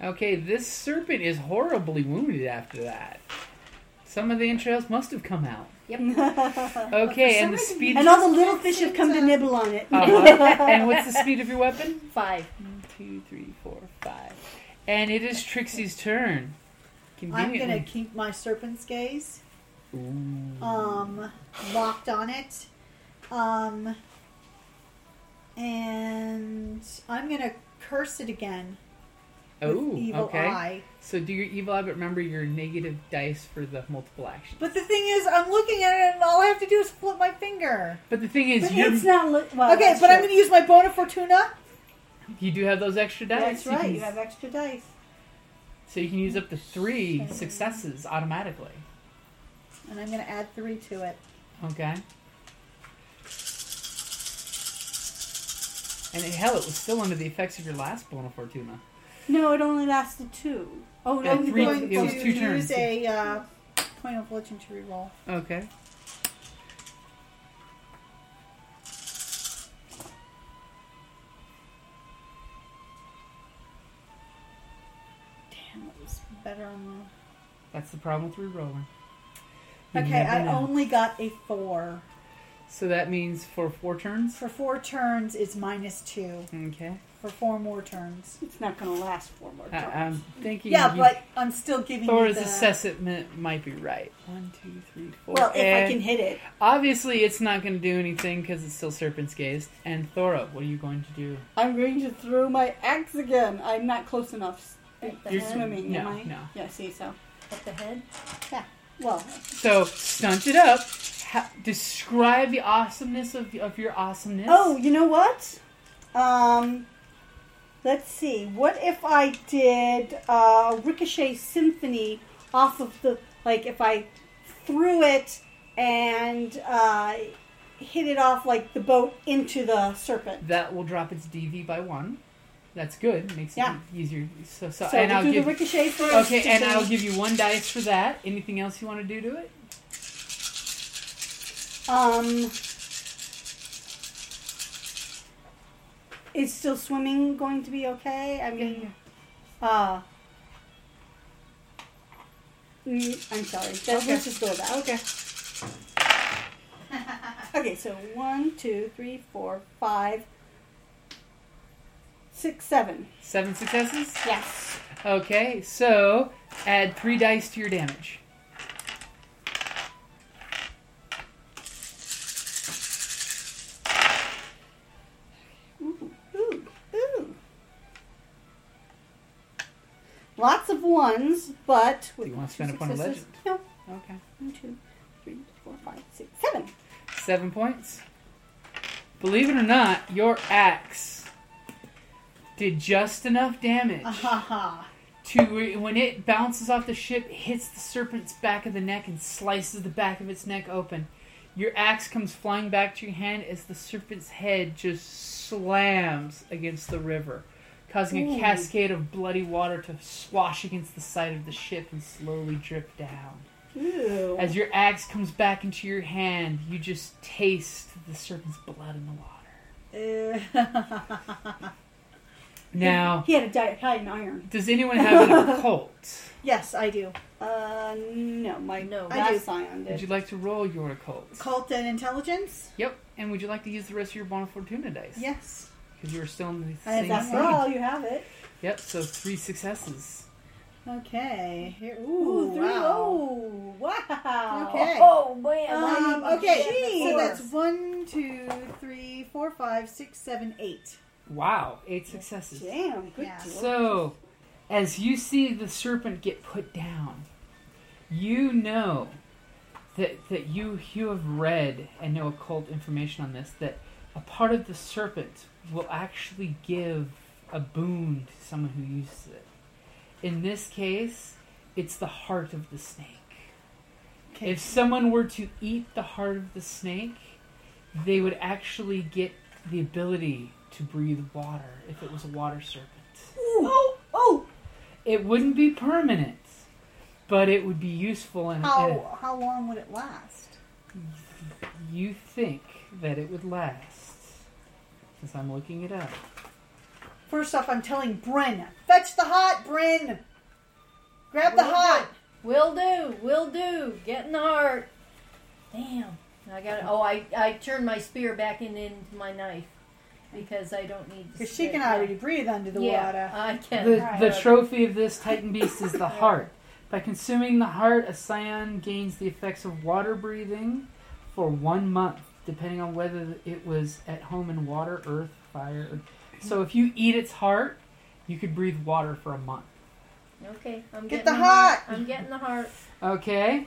Speaker 5: Okay, this serpent is horribly wounded after that. Some of the entrails must have come out. Okay, and the speed.
Speaker 7: and all the little fish have come to nibble on it.
Speaker 5: Uh-huh. and what's the speed of your weapon?
Speaker 4: Five.
Speaker 5: One, two, three, four, five. And it is Trixie's turn.
Speaker 3: I'm
Speaker 5: Conveniently.
Speaker 3: gonna keep my serpent's gaze
Speaker 5: Ooh.
Speaker 3: um, locked on it, um, and I'm gonna curse it again with
Speaker 5: Oh,
Speaker 3: evil
Speaker 5: okay.
Speaker 3: eye.
Speaker 5: So do your evil eye, but remember your negative dice for the multiple action.
Speaker 3: But the thing is, I'm looking at it, and all I have to do is flip my finger.
Speaker 5: But the thing is,
Speaker 7: But
Speaker 5: you
Speaker 7: it's not. Li- well,
Speaker 3: okay,
Speaker 7: that's
Speaker 3: but I'm
Speaker 7: true.
Speaker 3: gonna use my bona fortuna.
Speaker 5: you do have those extra dice.
Speaker 7: That's
Speaker 5: You can-
Speaker 7: right. You have extra dice.
Speaker 5: So you can use up to three successes automatically.
Speaker 3: And I'm going to add three to it.
Speaker 5: Okay. And hell, it was still under the effects of your last Bona Fortuna.
Speaker 7: No, it only lasted two.
Speaker 3: Oh,
Speaker 5: Yeah,
Speaker 3: no, I'm
Speaker 5: three-
Speaker 3: going
Speaker 5: it was
Speaker 3: to
Speaker 5: two
Speaker 3: use
Speaker 5: turns.
Speaker 3: a uh, point of fortune to reroll.
Speaker 5: Okay.
Speaker 3: Damn, it was better on
Speaker 5: That's the problem with rerolling.
Speaker 3: the.
Speaker 5: You
Speaker 3: Okay,
Speaker 5: never
Speaker 3: I
Speaker 5: know.
Speaker 3: only got a four.
Speaker 5: So that means for four turns.
Speaker 3: For four turns, it's minus two.
Speaker 5: Okay.
Speaker 3: For four more turns.
Speaker 7: It's not going to last four more
Speaker 5: I,
Speaker 7: turns.
Speaker 5: I'm thinking.
Speaker 3: Yeah,
Speaker 5: you-
Speaker 3: but I'm still giving you
Speaker 5: Thora's
Speaker 3: the.
Speaker 5: assessment might be right. One, two, three, four.
Speaker 7: well, if I
Speaker 5: And
Speaker 7: can hit it,
Speaker 5: Obviously, it's not going to do anything because it's still Serpent's Gaze. And Thora, what are you going to do?
Speaker 7: I'm going to throw my axe again. I'm not close enough. You're
Speaker 4: head?
Speaker 7: swimming,
Speaker 5: No,
Speaker 7: am I?
Speaker 5: no.
Speaker 7: Yeah, see, so.
Speaker 4: At the head.
Speaker 7: Well,
Speaker 5: So stunt it up. Ha- describe the awesomeness of, of your awesomeness.
Speaker 7: oh, you know what? Um, let's see. What if I did uh, Ricochet Symphony off of the. Like, if I threw it and uh, hit it off, like, the boat into the serpent?
Speaker 5: that will drop its DV by one. That's good. Makes
Speaker 7: Yeah.
Speaker 5: it easier. So, so,
Speaker 7: So
Speaker 5: Uh, and
Speaker 7: we'll
Speaker 5: I'll
Speaker 7: do
Speaker 5: give
Speaker 7: the ricochet first.
Speaker 5: okay,
Speaker 7: to
Speaker 5: and
Speaker 7: see-
Speaker 5: I'll give you one dice for that. Anything else you want to do to it?
Speaker 7: Um, is still swimming going to be okay? I mean, uh, mm, I'm sorry. That, Let's just go with that. Okay. okay, so one, two, three, four, five, six, seven.
Speaker 5: Seven successes.
Speaker 7: Yes.
Speaker 5: Okay, so add three dice to your damage.
Speaker 7: Ooh, ooh, ooh. Lots of ones, but
Speaker 5: Do
Speaker 7: with
Speaker 5: you want to
Speaker 7: two
Speaker 5: spend a point of
Speaker 7: successes-
Speaker 5: legend?
Speaker 7: No,
Speaker 5: Okay.
Speaker 7: One, two, three, four, five, six, seven.
Speaker 5: Seven points. Believe it or not, your axe did just enough damage
Speaker 3: Haha.
Speaker 5: to where- when it bounces off the ship, hits the serpent's back of the neck and slices the back of its neck open. Your axe comes flying back to your hand as the serpent's head just slams against the river, causing a cascade of bloody water to swash against the side of the ship and slowly drip down.
Speaker 7: Ooh.
Speaker 5: As your axe comes back into your hand, you just taste the serpent's blood in the water.
Speaker 7: Uh,
Speaker 5: Now,
Speaker 7: He had a diet high in iron.
Speaker 5: does anyone have an occult?
Speaker 3: yes, I do.
Speaker 7: Uh, no, my
Speaker 4: No.
Speaker 3: I do.
Speaker 7: last scion
Speaker 5: Would you
Speaker 7: did.
Speaker 5: like to roll your occult?
Speaker 3: Cult and intelligence?
Speaker 5: Yep. And would you like to use the rest of your Bona Fortuna dice?
Speaker 3: Yes.
Speaker 5: Because you were still in the
Speaker 3: I have
Speaker 5: same
Speaker 3: that
Speaker 7: After
Speaker 5: scene.
Speaker 7: all, you have it.
Speaker 5: Yep, so three successes.
Speaker 7: Okay. Here,
Speaker 3: Ooh,
Speaker 7: ooh,
Speaker 3: three.
Speaker 7: wow.
Speaker 3: Oh, wow.
Speaker 7: Okay.
Speaker 4: Oh man.
Speaker 7: Um,
Speaker 4: why did you
Speaker 7: okay,
Speaker 4: do
Speaker 7: so
Speaker 4: that
Speaker 7: that's
Speaker 4: before?
Speaker 7: one, two, three, four, five, six, seven, eight.
Speaker 5: Wow, eight successes.
Speaker 3: Damn, good
Speaker 7: Yeah.
Speaker 3: deal.
Speaker 5: So, as you see the serpent get put down, you know that that you you have read and know occult information on this that a part of the serpent will actually give a boon to someone who uses it. In this case, it's the heart of the snake. If someone were to eat the heart of the snake, they would actually get the ability to breathe water if it was a water serpent.
Speaker 3: Oh, oh,
Speaker 5: It wouldn't be permanent, but it would be useful. And
Speaker 7: How how long would it last?
Speaker 5: you think that it would last? Since I'm looking it up.
Speaker 7: First off, I'm telling Bryn, fetch the hot, Bryn. Grab the hot.
Speaker 4: Will do. Will do. Get in the heart. Damn. I got. Oh, I I turned my spear back in, into my knife because I don't need.
Speaker 7: Because she can already breathe under the
Speaker 4: yeah,
Speaker 7: water.
Speaker 4: I can.
Speaker 5: The, the trophy of this Titan beast is the heart. By consuming the heart, a scion gains the effects of water breathing for one month, depending on whether it was at home in water, earth, fire. So if you eat its heart, you could breathe water for a month.
Speaker 4: Okay, I'm getting
Speaker 7: Get the
Speaker 4: heart.
Speaker 7: heart.
Speaker 4: I'm getting the heart.
Speaker 5: Okay.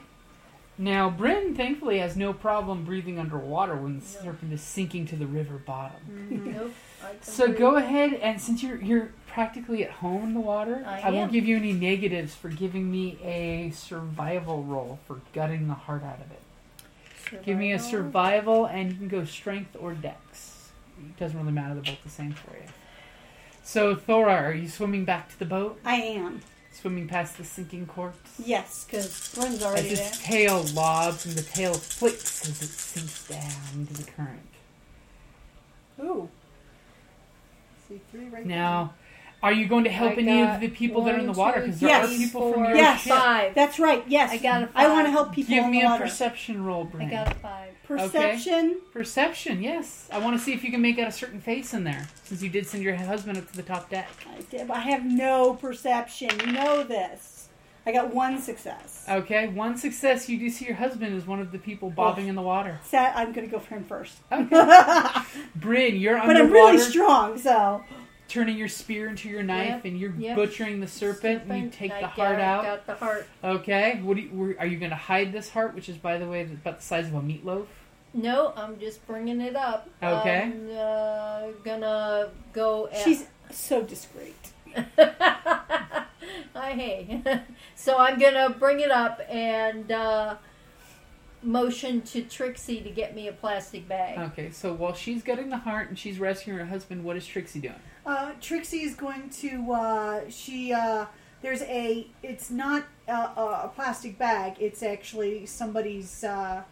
Speaker 5: Now, Bryn thankfully has no problem breathing underwater when the
Speaker 4: No.
Speaker 5: serpent is sinking to the river bottom.
Speaker 4: nope. I can
Speaker 5: So
Speaker 4: breathe.
Speaker 5: go ahead and since you're you're practically at home in the water,
Speaker 4: I
Speaker 5: won't
Speaker 4: am.
Speaker 5: give you any negatives for giving me a survival roll for gutting the heart out of it. Give me a survival, and you can go strength or dex. It doesn't really matter; they're both the same for you. So, Thora, are you swimming back to the boat?
Speaker 3: I am.
Speaker 5: Swimming past the sinking corpse?
Speaker 3: Yes, because Bryn's already
Speaker 5: As
Speaker 3: there.
Speaker 5: its tail lobs and the tail flicks as it sinks down into the current.
Speaker 7: Ooh. See three right
Speaker 5: Now, are you going to help
Speaker 4: I
Speaker 5: any of
Speaker 4: got
Speaker 5: the people that are in the
Speaker 4: one,
Speaker 5: water?
Speaker 4: two,
Speaker 5: Because there are
Speaker 3: three,
Speaker 5: people from
Speaker 4: four,
Speaker 5: your
Speaker 3: Yes.
Speaker 5: ship.
Speaker 4: Five.
Speaker 3: That's right. Yes,
Speaker 4: I got a
Speaker 3: I want to
Speaker 4: five.
Speaker 3: help people
Speaker 5: Give
Speaker 3: in
Speaker 5: me
Speaker 3: the
Speaker 5: a
Speaker 3: water.
Speaker 5: perception roll,
Speaker 4: I
Speaker 5: Bryn.
Speaker 4: got a five.
Speaker 3: Perception.
Speaker 5: Perception, yes. I want to see if you can make out a certain face in there, since you did send your husband up to the top deck.
Speaker 3: I, did, I have no perception. You know this. I got one success.
Speaker 5: Okay, one success. You do see your husband is one of the people
Speaker 4: Oh.
Speaker 5: bobbing in the water.
Speaker 3: Set, I'm going to go for him first.
Speaker 5: Okay.
Speaker 3: but
Speaker 5: Bryn, you're
Speaker 3: I'm
Speaker 5: underwater,
Speaker 3: really strong, so.
Speaker 5: turning your spear into your knife,
Speaker 4: Yep,
Speaker 5: and you're
Speaker 4: yep.
Speaker 5: butchering the serpent, and you
Speaker 4: Serpent,
Speaker 5: take
Speaker 4: I
Speaker 5: the heart
Speaker 4: got-
Speaker 5: out.
Speaker 4: Got the heart.
Speaker 5: Okay. What do you, were- are you going to hide this heart, which is, by the way, about the size of a meatloaf?
Speaker 4: No, I'm just bringing it up.
Speaker 5: Okay.
Speaker 4: I'm uh, gonna go. At...
Speaker 3: She's so discreet.
Speaker 4: I hey. so I'm gonna bring it up and uh, motion to Trixie to get me a plastic bag.
Speaker 5: Okay. So while she's gutting the heart and she's rescuing her husband, what is Trixie doing?
Speaker 7: Uh, Trixie is going to. Uh, she uh, there's a. It's not a, a, a plastic bag. It's actually somebody's. Uh,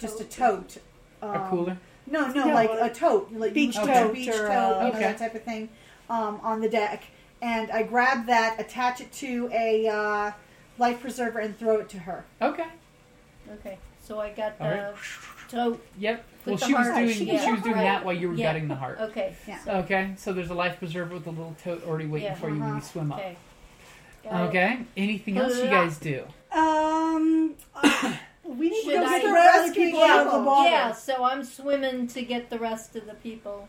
Speaker 7: just a tote. Um,
Speaker 5: a cooler.
Speaker 7: No, no,
Speaker 3: No,
Speaker 7: like
Speaker 3: a
Speaker 7: a tote, like
Speaker 3: beach
Speaker 7: you would
Speaker 5: tote
Speaker 7: put a beach
Speaker 3: or, uh,
Speaker 7: tote, you know,
Speaker 5: Okay.
Speaker 7: that type of thing, um, on the deck. And I grab that, attach it to a uh, life preserver, and throw it to her.
Speaker 5: Okay.
Speaker 4: Okay. So I got the
Speaker 5: All right.
Speaker 4: tote.
Speaker 5: Yep.
Speaker 4: With
Speaker 5: Well,
Speaker 4: the
Speaker 5: she was
Speaker 4: heart.
Speaker 5: doing
Speaker 4: She
Speaker 5: she,
Speaker 4: can
Speaker 5: was doing
Speaker 4: walk.
Speaker 5: that while you were
Speaker 4: Yeah.
Speaker 5: gutting the heart.
Speaker 4: Okay.
Speaker 7: Yeah.
Speaker 4: So-
Speaker 5: Okay. So there's a life preserver with a little tote already waiting
Speaker 4: Yeah,
Speaker 5: for you when
Speaker 7: uh-huh.
Speaker 5: you swim up.
Speaker 4: Okay. Got it.
Speaker 5: Okay. Anything else you guys do?
Speaker 3: Um, uh, we need
Speaker 4: Should
Speaker 3: to go
Speaker 4: I-
Speaker 3: get the other people out of the
Speaker 7: Rescue
Speaker 3: water.
Speaker 4: Yeah. So I'm swimming to get the rest of the people.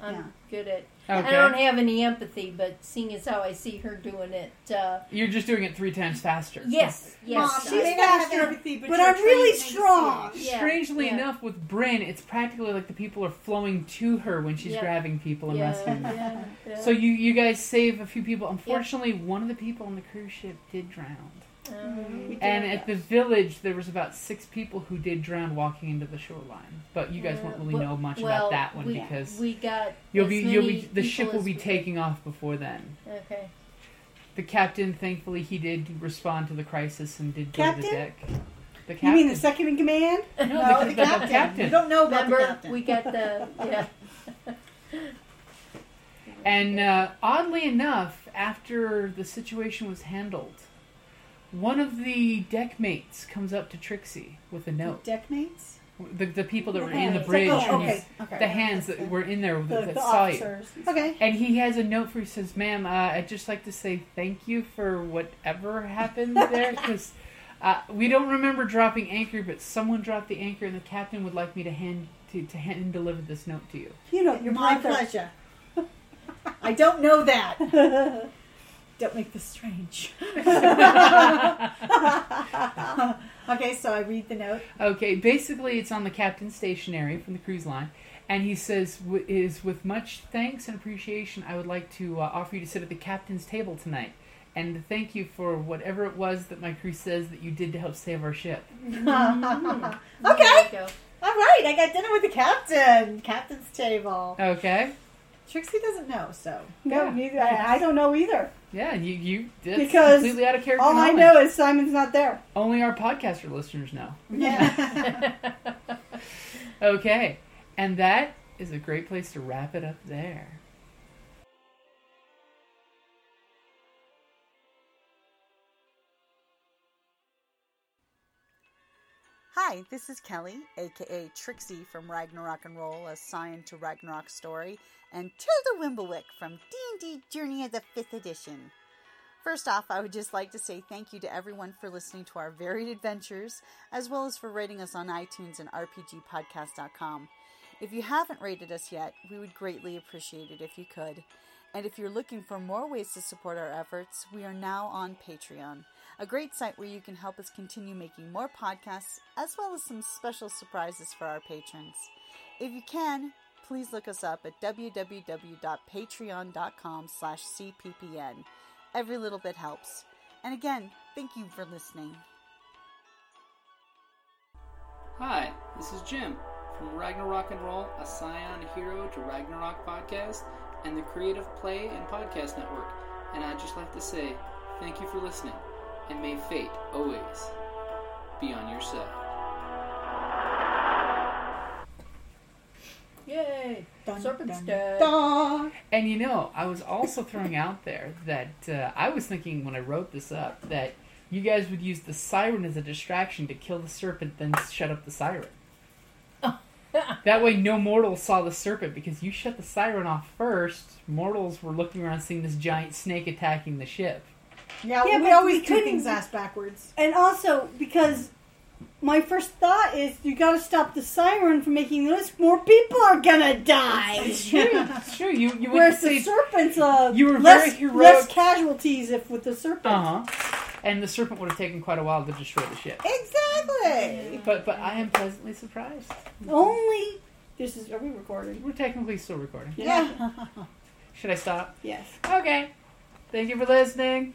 Speaker 4: I'm
Speaker 7: Yeah.
Speaker 4: good at. I don't
Speaker 5: Okay.
Speaker 4: have any empathy, but seeing as how I see her doing it, uh,
Speaker 5: You're just doing it three times faster.
Speaker 4: yes, yes,
Speaker 7: Mom,
Speaker 4: I-
Speaker 7: I may not have empathy,
Speaker 3: but
Speaker 7: you're
Speaker 3: I'm really
Speaker 7: trained in
Speaker 3: strong.
Speaker 7: this.
Speaker 4: Yeah,
Speaker 5: Strangely
Speaker 4: yeah.
Speaker 5: enough, with Bryn, it's practically like the people are flowing to her when she's
Speaker 4: Yeah.
Speaker 5: grabbing people and
Speaker 4: yeah,
Speaker 5: rescuing them.
Speaker 4: yeah, yeah.
Speaker 5: So you you guys save a few people. Unfortunately, one of the people on the cruise ship did drown.
Speaker 4: Um,
Speaker 5: And at the village, there was about six people who did drown walking into the shoreline. But you guys
Speaker 4: Yeah,
Speaker 5: won't really
Speaker 4: well-
Speaker 5: know much
Speaker 4: well,
Speaker 5: about that one
Speaker 4: we-
Speaker 5: because
Speaker 4: we got
Speaker 5: you'll
Speaker 4: as
Speaker 5: be you'll
Speaker 4: many
Speaker 5: be the ship
Speaker 4: people
Speaker 5: will be
Speaker 4: as we-
Speaker 5: taking off before then.
Speaker 4: Okay,
Speaker 5: The captain, thankfully, he did respond to the crisis and did go to the
Speaker 3: Captain?
Speaker 5: deck. The captain.
Speaker 3: You mean the second in command?
Speaker 5: No,
Speaker 7: No, the captain.
Speaker 5: captain.
Speaker 7: You don't know about the
Speaker 4: remember
Speaker 7: captain.
Speaker 4: we got the yeah.
Speaker 5: And uh, oddly enough, after the situation was handled, one of the deckmates comes up to Trixie with a note.
Speaker 7: Deckmates?
Speaker 5: The, the people that were in
Speaker 7: hands.
Speaker 5: the
Speaker 7: It's like,
Speaker 5: bridge,
Speaker 7: oh,
Speaker 5: and he's-
Speaker 12: okay, okay.
Speaker 5: the hands that were in there
Speaker 7: The,
Speaker 5: that,
Speaker 7: the,
Speaker 5: that saw you.
Speaker 7: officers.
Speaker 12: Okay.
Speaker 5: And he has a note for you. Says, "Ma'am, uh, I'd just like to say thank you for whatever happened there, because uh, we don't remember dropping anchor, but someone dropped the anchor, and the captain would like me to hand to, to hand deliver this note to you."
Speaker 7: You know, your
Speaker 12: My
Speaker 7: brother.
Speaker 12: pleasure. I don't know that. Don't make this strange. okay, so I read the note.
Speaker 5: Okay, basically, it's on the captain's stationery from the cruise line, and he says, "Wi- "Is with much thanks and appreciation, I would like to uh, offer you to sit at the captain's table tonight, and to thank you for whatever it was that my crew says that you did to help save our ship."
Speaker 12: Okay,
Speaker 4: There you go.
Speaker 12: all right. I got dinner with the captain. Captain's table.
Speaker 5: Okay,
Speaker 12: Trixie doesn't know, so
Speaker 7: No, neither. I, I don't know either.
Speaker 5: yeah, you you that's
Speaker 7: Because
Speaker 5: completely out of character.
Speaker 7: All I
Speaker 5: knowledge.
Speaker 7: know is Simon's not there.
Speaker 5: only our podcaster listeners know.
Speaker 12: yeah.
Speaker 5: Okay, and that is a great place to wrap it up there.
Speaker 3: Hi, this is Kelly, aka Trixie from Ragnarok and Roll, a sign to Ragnarok story, and Tilda Wimblewick from D&D Journey of the 5th Edition. First off, I would just like to say thank you to everyone for listening to our varied adventures, as well as for rating us on iTunes and RPGpodcast.com. If you haven't rated us yet, we would greatly appreciate it if you could. And if you're looking for more ways to support our efforts, we are now on Patreon, a great site where you can help us continue making more podcasts, as well as some special surprises for our patrons. If you can, please look us up at www.patreon.com slash cppn. Every little bit helps. And again, thank you for listening.
Speaker 13: Hi, this is Jim from Ragnarok and Roll, a Scion Hero to Ragnarok podcast and the Creative Play and Podcast Network. And I'd just like to say thank you for listening, and may fate always be on your side.
Speaker 4: Yay! Serpent's
Speaker 12: dun,
Speaker 4: dead.
Speaker 5: And you know, I was also throwing out there that uh, I was thinking when I wrote this up that you guys would use the siren as a distraction to kill the serpent, then shut up the siren. that way, no mortal saw the serpent because you shut the siren off first. Mortals were looking around, seeing this giant snake attacking the ship.
Speaker 12: Yeah,
Speaker 7: Yeah,
Speaker 12: we
Speaker 7: but
Speaker 12: always
Speaker 7: we
Speaker 12: do
Speaker 7: couldn't-
Speaker 12: things ass backwards.
Speaker 7: And also because my first thought is you got to stop the siren from making noise. More people are gonna die.
Speaker 5: It's true. You you would
Speaker 7: Whereas the
Speaker 5: say
Speaker 7: serpent's uh,
Speaker 5: You were
Speaker 7: less,
Speaker 5: very heroic.
Speaker 7: less casualties if with the serpent.
Speaker 5: uh huh, and the serpent would have taken quite a while to destroy the ship.
Speaker 12: Exactly.
Speaker 5: But but I am pleasantly surprised.
Speaker 7: Only this is are we recording?
Speaker 5: We're technically still recording.
Speaker 12: Yeah.
Speaker 5: Should I stop?
Speaker 7: Yes.
Speaker 5: Okay. Thank you for listening.